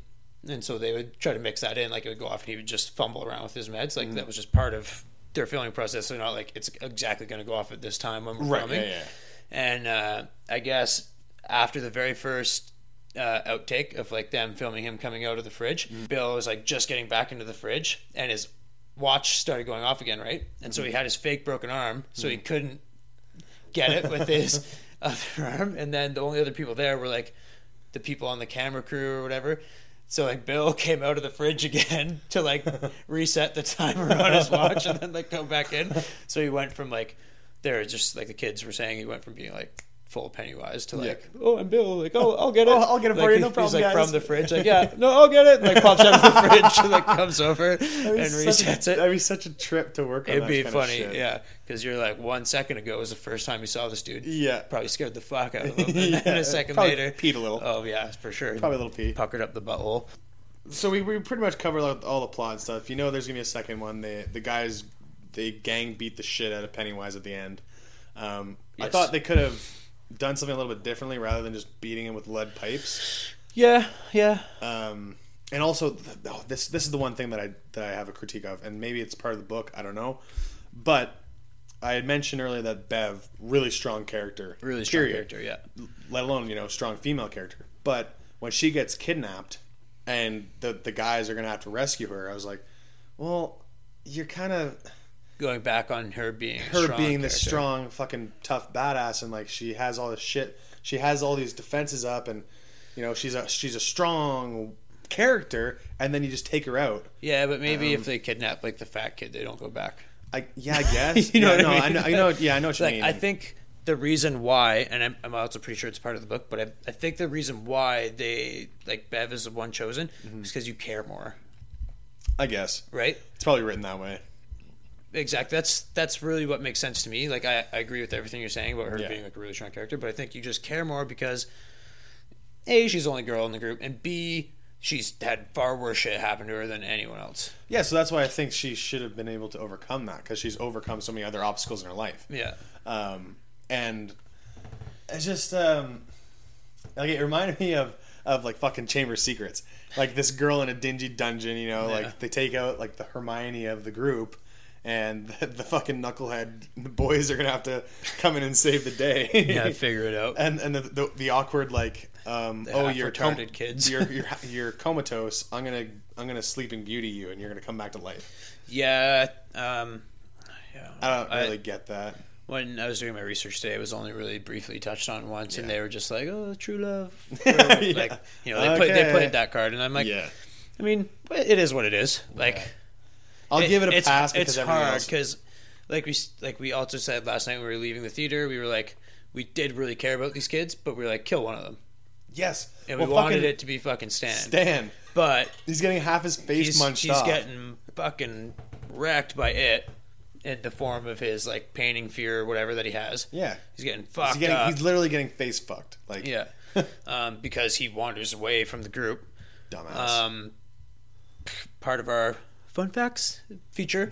And so they would try to mix that in. Like it would go off and he would just fumble around with his meds. Mm-hmm. Like that was just part of their filming process. They're not like it's exactly going to go off at this time when we're filming. yeah, yeah. And uh, I guess after the very first uh, outtake of like them filming him coming out of the fridge, Mm-hmm. Bill was like just getting back into the fridge, and his watch started going off again, right? And Mm-hmm. so he had his fake broken arm, so he couldn't get it with his (laughs) other arm. And then the only other people there were like the people on the camera crew or whatever. So like Bill (laughs) came out of the fridge again (laughs) to like reset the timer on his watch and then like go back in. So he went from like there just like the kids were saying he went from being like full Pennywise to Yeah. like, oh, I'm Bill. Like, oh, I'll get it. Oh, I'll get it for Like, you, no he's problem, guys. like from the (laughs) fridge. Like, yeah, no, I'll get it. Like pops out of the fridge and like comes (laughs) over and That'd be such resets a- it. That'd be such a trip to work on. It'd that be kind of funny, shit. yeah, because you're like one second ago was the first time you saw this dude. Yeah. Probably scared the (laughs) fuck out of him. And then Yeah, a second probably later, peed a little. Oh yeah, for sure. Probably a little pee. puckered up the butthole. So we, we pretty much covered like, all the plot and stuff. You know, there's gonna be a second one. The the guys, they gang beat the shit out of Pennywise at the end. Um, I Yes. thought they could have done something a little bit differently rather than just beating him with lead pipes. Yeah, yeah. Um, and also, th- oh, this this is the one thing that I that I have a critique of, and maybe it's part of the book. I don't know, but I had mentioned earlier that Bev really strong character, Really strong period character. Yeah. let alone you know strong female character. But when she gets kidnapped and the the guys are gonna have to rescue her, I was like, well, you're kind of Going back on her being a her strong being this character. strong, fucking tough badass, and like she has all this shit, she has all these defenses up, and you know she's a she's a strong character, and then you just take her out. Yeah, but maybe Um, if they kidnap like the fat kid, they don't (laughs) go back. I (laughs) yeah, I guess You know Yeah, what I no, mean? I know, I know, (laughs) yeah, I know what you like mean. I think the reason why, and I'm, I'm also pretty sure it's part of the book, but I, I think the reason why they like Bev is the one chosen Mm-hmm. is because you care more, I guess right? it's probably written that way. Exactly. That's that's really what makes sense to me. Like I, I agree with everything you're saying about her Yeah. being like a really strong character, but I think you just care more because a she's the only girl in the group, and b she's had far worse shit happen to her than anyone else. Yeah, so that's why I think she should have been able to overcome that because she's overcome so many other obstacles in her life. (laughs) Yeah. um, and it's just um, like it reminded me of of like fucking Chamber of Secrets, like this girl in a dingy dungeon. You know, Yeah. like they take out like the Hermione of the group, and (laughs) the, the fucking knucklehead boys are gonna have to come in and save the day. Yeah. Figure it out. (laughs) And, and the, the, the awkward like um, oh half you're com- retarded kids. (laughs) you're, you're you're comatose I'm gonna I'm gonna sleeping beauty you and you're gonna come back to life Yeah. Um, yeah. I don't really get that when I was doing my research today, it was only really briefly touched on once, and they were just like, "Oh, true love." (laughs) Or, Yeah. Like you know, they put they Okay. played that card, and I'm like, I mean, it is what it is. Like I'll give it a it's, pass because it's everything hard else because, like we s- like we also said last night, when we were leaving the theater. We were like, we did really care about these kids, but we were like, kill one of them, yes and Well, we wanted fucking- it to be fucking Stan. Stan. But He's getting half his face he's, munched he's off. getting fucking wrecked by it in the form of his like painting fear or whatever that he has. yeah. He's getting He's fucked getting up. he's literally getting face fucked. Like (laughs) Yeah, um, because he wanders away from the group. dumbass. Um, part of our fun facts feature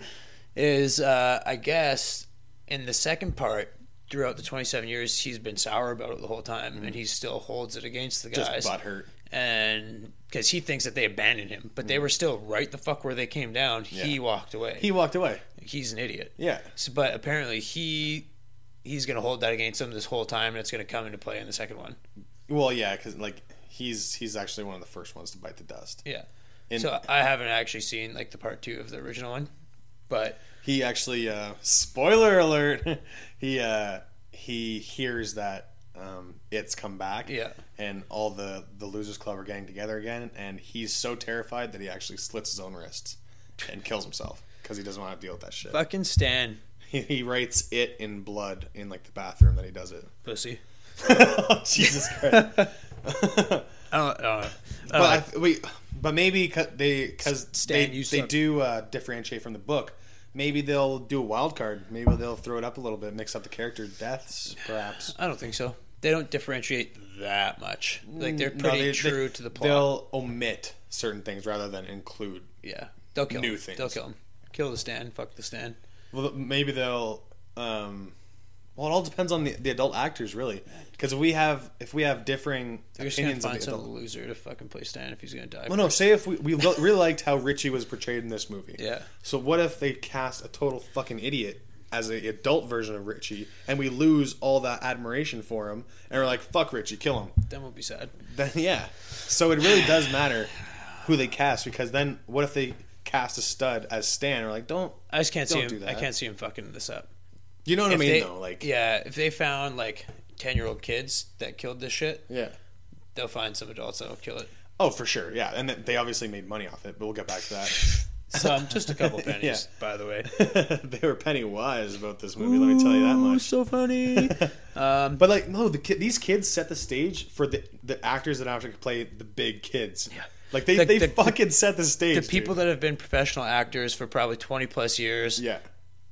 is, uh, I guess, in the second part, throughout the 27 years, he's been sour about it the whole time, and he still holds it against the Mm-hmm. Just guys. butt hurt. And because he thinks that they abandoned him, but they were still right the fuck where they came down. He Mm-hmm. Yeah. walked away. He walked away. he's an idiot. Yeah. So, but apparently he. He's gonna hold that against him this whole time, and it's gonna come into play in the second one. Well, yeah, cuz like he's he's actually one of the first ones to bite the dust. Yeah. And so I haven't actually seen like the part two of the original one, but he actually uh spoiler alert. (laughs) he uh he hears that um it's come back. Yeah. And all the the losers club are getting together again and he's so terrified that he actually slits his own wrists and kills himself cuz he doesn't want to deal with that shit. fucking Stan, He, (laughs) he writes it in blood in like the bathroom that he does (laughs) it. pussy. Oh, Jesus Christ! but I don't, uh, I don't know. I don't I, know. we, but maybe 'cause they because they, Stan, you they suck. do uh, differentiate from the book. Maybe they'll do a wild card. Maybe they'll throw it up a little bit, mix up the character deaths, perhaps. I don't think so. They don't differentiate that much. Like they're Mm, No, pretty they- they- true to the plot. They'll omit certain things rather than include. yeah, they'll kill new him. things. They'll kill him. Kill the Stan. Fuck the Stan. Well, maybe they'll. Um, well, it all depends on the, the adult actors, really, because we have if we have differing They're just gonna opinions of find the some adult. loser to fucking play Stan if he's gonna die. Well, no. Say if we, we lo- really liked how Richie was portrayed in this movie. Yeah. So what if they cast a total fucking idiot as an adult version of Richie, and we lose all that admiration for him, and we're like, "Fuck Richie, kill him." Then we'll be sad. Then yeah. So it really does matter who they cast because then what if they cast a stud as Stan? We're like, "Don't." I just can't see Don't him. do I that. can't see him fucking this up. You know what I If mean? they- though, like, yeah, yeah, if they found like ten year old kids that killed this shit, yeah. they'll find some adults that'll kill it. Oh, for sure. Yeah, and th- they obviously made money off it, but we'll get back to that. Some, just a couple pennies, (laughs) Yeah. by the way. (laughs) they were penny wise about this movie. let me tell you that Ooh, much. so (laughs) funny. um, But like no, the ki- these kids set the stage for the the actors that have to play the big kids. Yeah, like they The- they the- fucking set the stage. the people dude. that have been professional actors for probably 20 plus years yeah,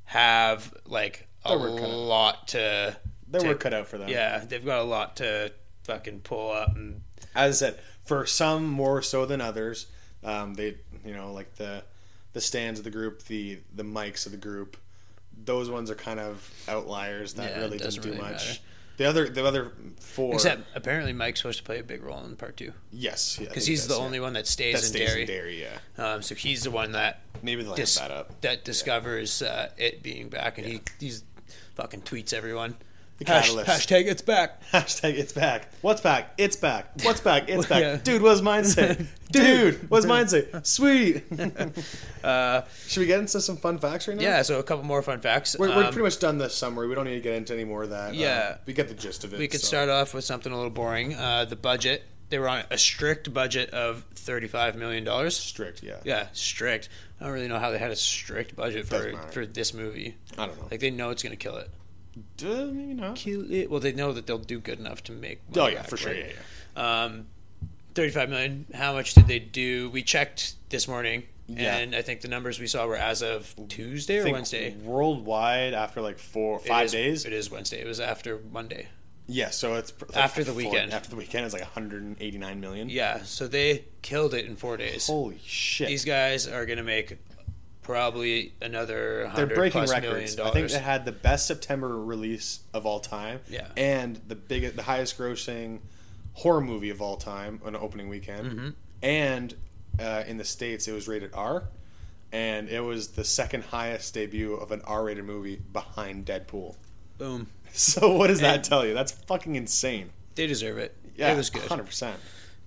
have like a Their work cut out. lot to. they to- were cut out for them. Yeah, they've got a lot to fucking pull up and as I said, for some more so than others, um, they you know like the the stands of the group, the the mics of the group, those ones are kind of outliers that Yeah, it really didn't doesn't do really much. matter. The other the other four, Except apparently Mike's supposed to play a big role in part two yes, because he's the only one that stays, that stays in Derry. in Derry. Yeah, Um, so he's the one that maybe they'll dis- amp that up. that discovers uh, it being back, and he he's fucking tweets everyone. The Hash- catalyst. hashtag it's back. (laughs) Hashtag it's back. What's back? It's back. What's back? (laughs) It's back. Yeah. Dude, what does mine (laughs) say? Dude, what does mine say? Sweet. Should we get into some fun facts right now? Uh, Yeah. So a couple more fun facts. We're, we're Um, pretty much done this summary. We don't need to get into any more of that. Yeah. Um, we get the gist of it. we could so. start off with something a little boring. Uh, the budget. They were on a strict budget of thirty-five million dollars. strict. Yeah. Yeah, strict. I don't really know how they had a strict budget for Doesn't matter. for this movie. I don't know. Like they know it's gonna kill it. Uh, maybe not. Kill it. Well, they know that they'll do good enough to make. Oh money yeah, back, for sure. right? Yeah, yeah. Um, 35 million. How much did they do? We checked this morning, Yeah. and I think the numbers we saw were as of Tuesday or Think Wednesday. Worldwide, after like four, It five is- days. It is Wednesday. It was after Monday. yeah. So it's pr- like After the four- weekend. After the weekend, it's like 189 million. Yeah, so they killed it in four days. Holy shit. These guys are going to make probably another They're 100 breaking plus records. million I think dollars. they had the best September release of all time. Yeah. And the biggest, the highest grossing horror movie of all time on opening weekend. Mm-hmm. And uh, in the States, it was rated R. And it was the second highest debut of an R rated movie behind Deadpool. (laughs) Boom. So, what does that And- tell you? That's fucking insane. They deserve it. Yeah. it was good. 100%.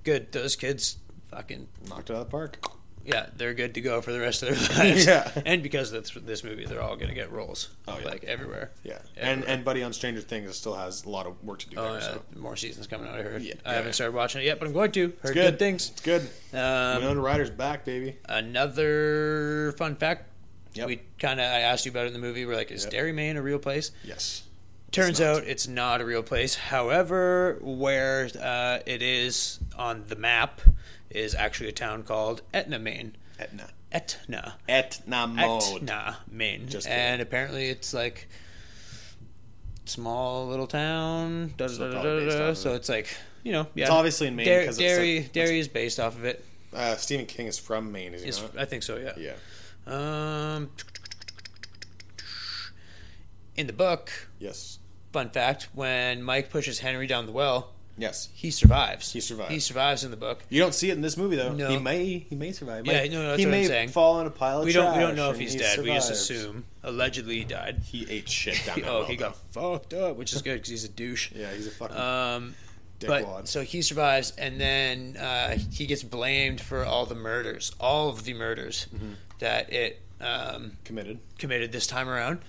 Good. Those kids fucking, Knocked it out of the park. yeah, they're good to go for the rest of (laughs) their lives. Yeah. And because of this- this movie, they're all going to get roles. Oh, yeah. Like everywhere. Yeah. And, Everywhere. and Buddy on Stranger Things still has a lot of work to do Oh, there. yeah. So. More seasons coming out, I heard. Yeah, I yeah, haven't yeah. started watching it yet, but I'm going to. Heard good, Good. things. It's good. Um, Winona Ryder's back, baby. another fun fact. Yep. We kind of I asked you about it in the movie. We're like, is Yep. Dairy Maine a real place? Yes. Turns not. out it's not a real place. However, where uh, it is on the map is actually a town called Etna, Maine. Etna. Etna. Etna mode. Etna, Maine. Just kidding. and apparently it's like small little town. Da, da, So da, da, probably da, based da. off of So it's like you know, yeah. It's obviously in Maine Dairy, 'cause it's dairy, like- dairy is based off of it. Uh, Stephen King is from Maine, is he It's, not? I think so. Yeah. Yeah. Um, in the book, Yes. fun fact: when Mike pushes Henry down the well, Yes. he survives. He survives. He survives in the book. You don't see it in this movie though. No. He may he may survive. He Yeah, may- no, that's he what I'm may saying. fall in a pile of We don't. We don't trash know if and he's he dead. We just survives. assume. Allegedly, he died. he ate shit (laughs) down there. oh, he got fucked up, which is good because he's a douche. Yeah, he's a fucking (laughs) Um, but dickwad. so he survives, and then uh, he gets blamed for all the murders, all of the murders Mm-hmm. that it um, committed. committed this time around.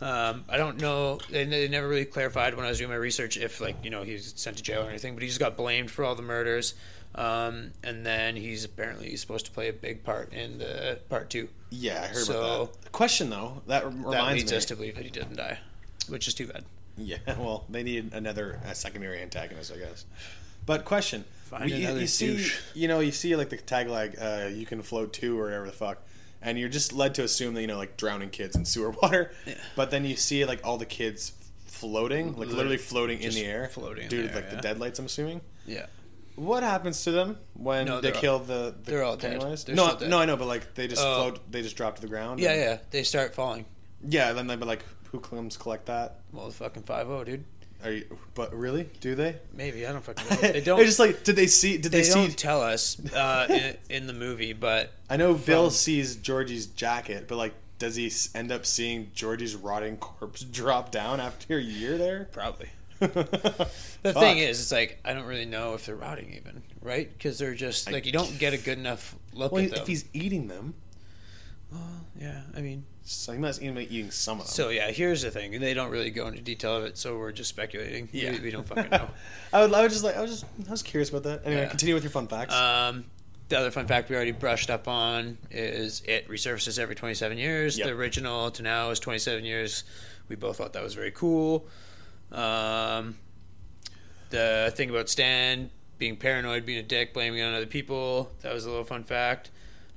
Um, I don't know. They, they never really clarified when I was doing my research if, like, you know, he was sent to jail or anything. But he just got blamed for all the murders, um, and then he's apparently supposed to play a big part in the part two. Yeah, I heard So- about that. Question though, that r- That reminds leads me. us to believe that he didn't die, which is too bad. Yeah, (laughs) well, they need another uh, secondary antagonist, I guess. But question: Find we- you- another you see, douche. you know, you see like the tagline, uh, "You can float too" or whatever the fuck, and you're just led to assume that you know, like drowning kids in sewer (laughs) water. But then you see like all the kids floating, like literally floating in Just the air, floating in due to the air, like the yeah. deadlights. I'm assuming. Yeah, What happens to them when No, they they're all- kill the, the? they're all dead. Pennywise? They're no, still dead. no, I know, but like they just Oh. float, they just drop to the ground. yeah, and- yeah. They start falling. yeah. Then they'd be like, "Who comes collect that?" Well, the fucking five zero, dude. Are you? But really, do they? Maybe I don't fucking (laughs) know. They don't. They're just like, did they see? Did they, they see? don't tell us uh, in, in the movie, but I know Bill sees Georgie's jacket, but like, does he s- end up seeing Georgie's rotting corpse (laughs) drop down after a year (laughs) there? probably. the The thing is, it's like I don't really know if they're rotting even, right? Because they're just like you don't get a good enough look well, at them. if he's eating them, yeah, I mean, so he must even be eating some of them. so yeah. Here's the thing, and they don't really go into detail of it, so we're just speculating. (laughs) Yeah, (laughs) we, we don't fucking know. I, would, I was just like, I was just, I was curious about that. Anyway, Yeah. continue with your fun facts. um, the other fun fact we already brushed up on is it resurfaces every 27 years. Yep. The original to now is 27 years. We both thought that was very cool. Um, the thing about Stan being paranoid, being a dick, blaming it on other people, that was a little fun fact.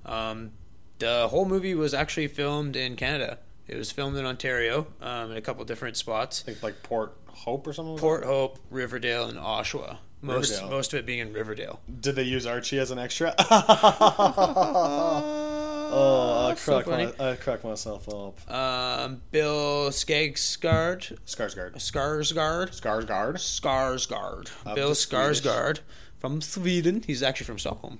Um, the whole movie was actually filmed in Canada. It was filmed in Ontario um, in a couple different spots. think like Port Hope or something. Port Hope, Riverdale, and Oshawa. Most Riverdale. most of it being in Riverdale. Did they use Archie as an (laughs) extra? (laughs) oh, I That's so crack, funny. my, I crack myself up. Um, Bill Skarsgård, Skarsgård. Skarsgård, Skarsgård. Skarsgård. Of Bill the Swedish. Skarsgård from Sweden. He's actually from Stockholm, Um,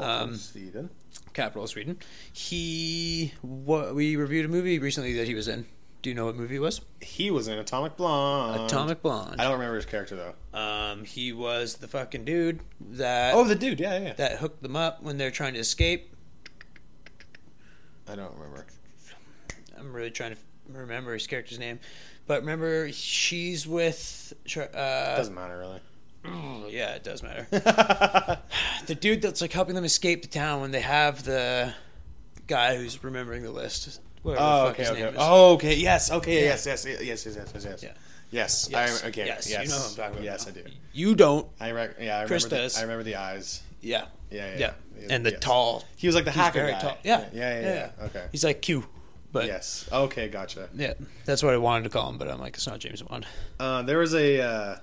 Stockholm, Sweden. capital of Sweden. He what we reviewed a movie recently that he was in. Do you know what movie it was? He was in Atomic Blonde. Atomic Blonde. I don't remember his character though. Um, he was the fucking dude that Oh, the dude. Yeah, yeah. yeah. that hooked them up when they're trying to escape. I don't remember. I'm really trying to remember his character's name, but remember she's with. Uh, Doesn't matter really. (laughs) Oh, yeah, it does matter. (laughs) the dude that's like helping them escape the town when they have the guy who's remembering the list. Whatever oh, the fuck okay, his okay. name is. Oh, okay. Yes. Okay. Yeah. Yes. Yes. Yes. Yes. Yes. Yes. Yes. Yeah. Yes. Yes. I, okay. Yes, Yes. you know what I'm talking about Yes, now. I do. You don't. I re- yeah. I remember. Chris the, does. I remember the eyes. Yeah. Yeah. Yeah. Yeah. yeah. And the Yes. tall. He was like the hacker very guy. tall. Yeah. Yeah. Yeah. Yeah, yeah. yeah. Okay. He's like Q, but Yes. Okay. Gotcha. yeah, that's what I wanted to call him. But I'm like, it's not James Bond. Uh, there was a uh,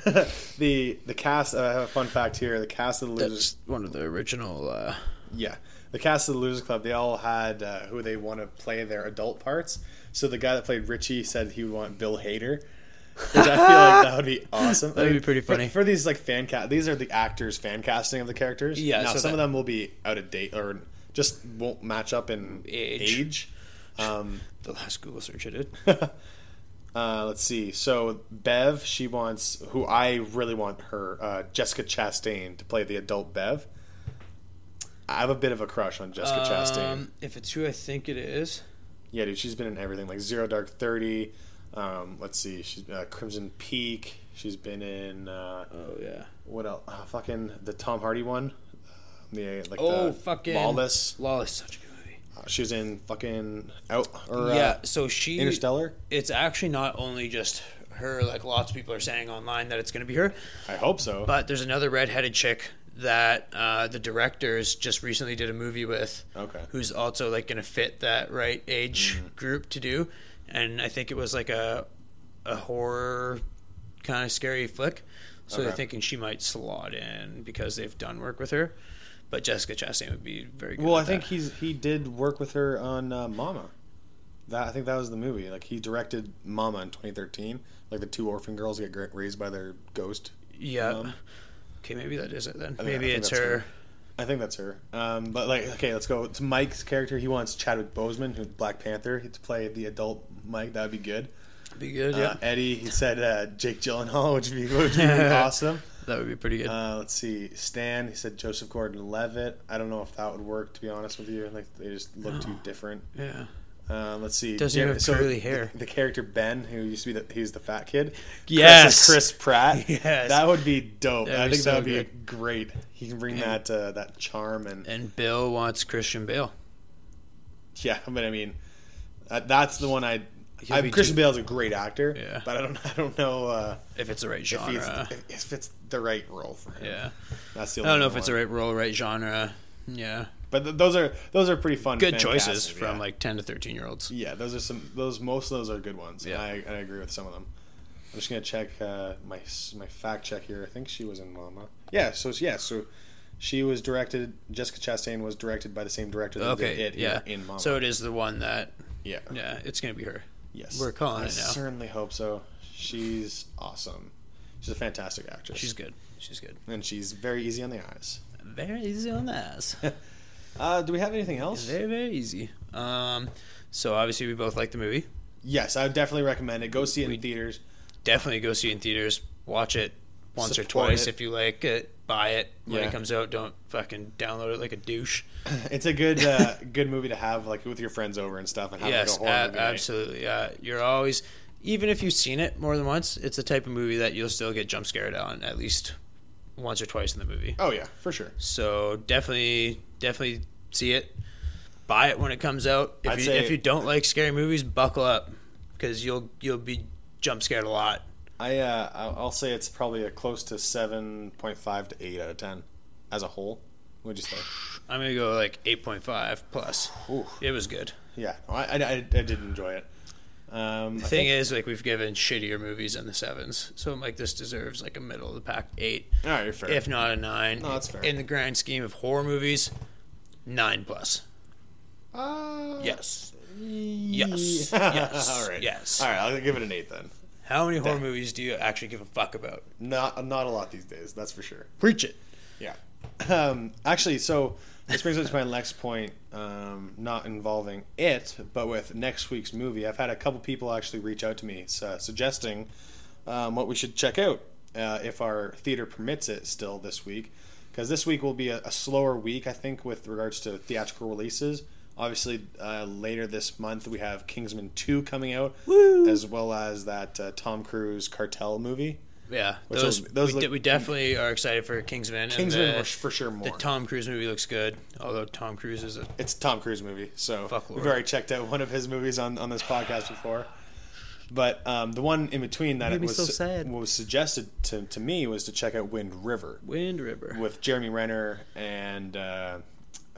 (laughs) the the cast. uh, I have a fun fact here. The cast of the Losers. That's one of the original. Uh, Yeah, the cast of the Losers Club. They all had uh, who they want to play their adult parts. So the guy that played Richie said he would want Bill Hader. Which I feel like that would (laughs) be awesome. That'd I mean, be pretty for- funny. for, these like fan cast. These are the actors fan casting of the characters. Yeah, now so some of that- them will be out of date or just won't match up in Age. age. Um, the last Google search I did. (laughs) Uh, let's see. So Bev, she wants who I really want her, uh, Jessica Chastain, to play the adult Bev. I have a bit of a crush on Jessica Chastain. Um, if it's who I think it is, Yeah, dude, she's been in everything like Zero Dark Thirty. Um, let's see, she's uh, Crimson Peak. She's been in uh, oh yeah, what else? Uh, fucking the Tom Hardy one. The like Oh, the fucking- Lawless. Lawless, such a good movie. Uh, She was in fucking out or yeah, uh, so she Interstellar. it's actually not only just her, like lots of people are saying online that it's going to be her, I hope so. but there's another redheaded chick that uh, the directors just recently did a movie with, okay. who's also like going to fit that right age Mm-hmm. group to do, and I think it was like a a horror kind of scary flick, so they're Okay. thinking she might slot in because they've done work with her, but Jessica Chastain would be very good. Well, at I think that. he's he did work with her on uh, Mama. That I think that was the movie. Like he directed Mama in 2013. Like the two orphan girls get gra- raised by their ghost. yeah. um, okay, maybe that is it then. think- I Maybe think it's that's her. her. I think that's her. Um, but like, okay, let's go to Mike's character. He wants Chadwick Boseman, who's Black Panther, to play the adult Mike. That would be good. Be good. Uh, Yeah, Eddie, he said uh, Jake Gyllenhaal, (laughs) which would be, would be (laughs) awesome. that would be pretty good. Uh, let's see, Stan. He said Joseph Gordon-Levitt. I don't know if that would work. To be honest with you, like they just look too different. yeah. Um, let's see. Doesn't even have curly hair. The, the character Ben, who used to be the, he's the fat kid. Yes. Chris, is Chris Pratt. (laughs) Yes. that would be dope. That'd I be think so that would be good. great. He can bring that uh, that charm and And Bill wants Christian Bale. yeah. But I mean, that, that's the one I. He'll I be Christian too- Bale's a great actor, Yeah. but I don't (laughs) I don't know uh, If it's the right if, he's, genre. if, if it's the right role for him. Yeah. That's the I only don't know if it's the one. right role, right genre. Yeah. But th- those are those are pretty fun. Good fan choices casting, from yeah. like 10 to 13 year olds. Yeah, those are some. Those most of those are good ones. Yeah. Yeah, I, I agree with some of them. I'm just gonna check uh, my s- my fact check here. I think she was in Mama. Yeah. So yeah. So she was directed. Jessica Chastain was directed by the same director. That Okay. Did it yeah. In, in Mama. So it is the one that, yeah. yeah, it's going to be her. Yes. we're calling I it now. Certainly hope so. She's awesome. She's a fantastic actress. She's good. She's good. and she's very easy on the eyes. Very easy on that. Uh, do we have anything else? (laughs) very, very easy. Um, so obviously we both like the movie. Yes, I would definitely recommend it. Go see it We- in theaters. (laughs) Definitely go see it in theaters. Watch it once or Support twice it. if you like it. Buy it when Yeah. it comes out. Don't fucking download it like a douche. It's a good uh, good movie to have like with your friends over and stuff and have Yes, like a horror a- movie night. absolutely. Uh, you're always, even if you've seen it more than once, it's the type of movie that you'll still get jump scared on at least once or twice in the movie. Oh yeah, for sure. So definitely, definitely see it. Buy it when it comes out. If I'd you say- if you don't like scary movies, buckle up because you'll you'll be jump scared a lot. I uh, I- I'll say it's probably a close to seven point five to eight out of ten as a whole. Would you say? I'm gonna go like 8.5 plus. Ooh. It was good. Yeah, no, I, I, I I did enjoy it. Um, The thing is, like we've given shittier movies in the sevens, so like this deserves like a middle of the pack eight, all right, you're fair. if not a nine. No, that's fair. In the grand scheme of horror movies, nine plus. uh, (laughs) Yes. Yes. yeah. Yes. all right. Yes. All right. I'll give it an eight then. How many horror movies do you actually give a fuck about? Not not a lot these days. That's for sure. Preach it. Yeah. Um, actually, so this brings us to my next point, um, not involving it, but with next week's movie. I've had a couple people actually reach out to me uh, suggesting um, what we should check out uh, if our theater permits it still this week. Because this week will be a, a slower week, I think, with regards to theatrical releases. Obviously, uh, later this month, we have Kingsman 2 coming out, as well as that uh, Tom Cruise cartel movie. Yeah, Which those, was- those we, look- de- we definitely are excited for Kingsman. Kingsman, and the, was for sure, more. the Tom Cruise movie looks good, although Tom Cruise is a it's a Tom Cruise movie, so Fuck Lord. we've already checked out one of his movies on, on this podcast before. But um, the one in between that Made it me was so sad. what was suggested to, to me was to check out Wind River Wind River. with Jeremy Renner and uh,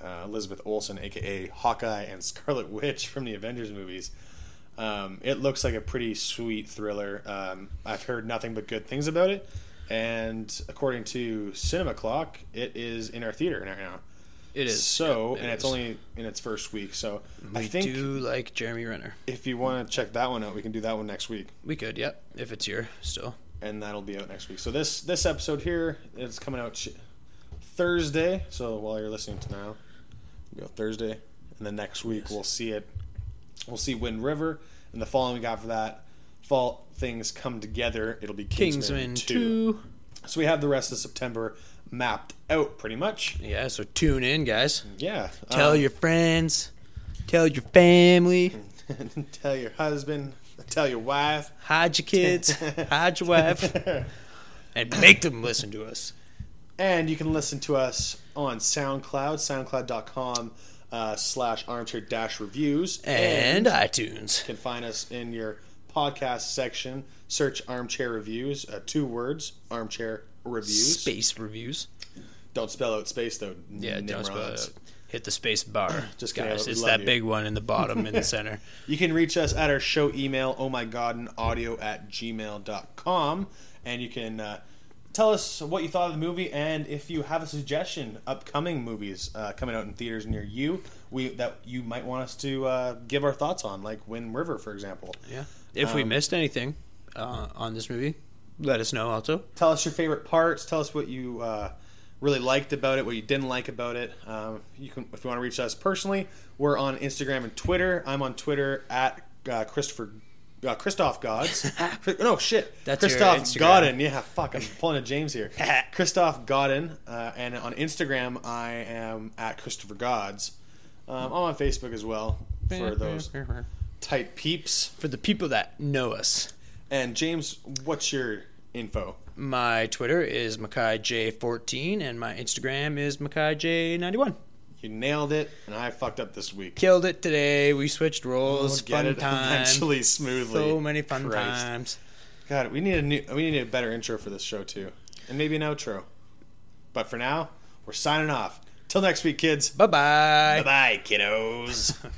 uh, Elizabeth Olsen, aka Hawkeye and Scarlet Witch from the Avengers movies. Um, it looks like a pretty sweet thriller. Um, I've heard nothing but good things about it, and according to Cinema Clock, it is in our theater right now. It is So, It and it's is. only in its first week. So, I We think do like Jeremy Renner. if you want to check that one out, we can do that one next week, We could, yep, if it's here still. and that'll be out next week. So this this episode here is coming out sh- Thursday. So while you're listening to now, go Thursday, and then next week we'll see it. We'll see Wind River, and the following week after that, fall things come together. It'll be Kingsman, Kingsman two. So we have the rest of September mapped out pretty much. Yeah, so tune in, guys. Yeah. Tell um, your friends. Tell your family. (laughs) tell your husband. Tell your (laughs) wife. Hide (laughs) your kids. hide your wife. And make them listen to us. And you can listen to us on SoundCloud, soundcloud.com uh, slash armchair dash reviews. And you iTunes. can find us in your podcast section. Search armchair reviews, uh, two words, armchair reviews. Space reviews. Don't spell out space though. Yeah, don't spell it Nimrods. out. Hit the space bar. (clears throat) Just kidding, guys, we it's love that you. big one in the (laughs) bottom in the center. You can reach us at our show email, oh my god, and audio at gmail.com. And you can uh, tell us what you thought of the movie and if you have a suggestion, upcoming movies uh, coming out in theaters near you we that you might want us to uh, give our thoughts on, like Wind River, for example. Yeah. If we Um, missed anything uh, on this movie, let us know also. Tell us your favorite parts. Tell us what you uh, really liked about it, what you didn't like about it. Um, you can, if you want to reach us personally, we're on Instagram and Twitter. I'm on Twitter at uh, Christopher. Uh, Christoph (laughs) Gods. no shit. That's your Christoph Instagram. Godin. Yeah, fuck. (laughs) I'm pulling a James here. Christoph Godin. Uh, and on Instagram, I am at Christopher Gods. Um, I'm on Facebook as well for those tight peeps. For the people that know us. And James, what's your info? My Twitter is MakaiJ14 and my Instagram is MakaiJ91. You nailed it, and I fucked up this week. Killed it today. We switched roles. We'll get fun it (laughs) time. eventually smoothly. So many fun Christ. times. God, we need a new, we need a better intro for this show too, and maybe an outro. But for now, we're signing off. Till next week, kids. Bye bye. (laughs) Bye, kiddos.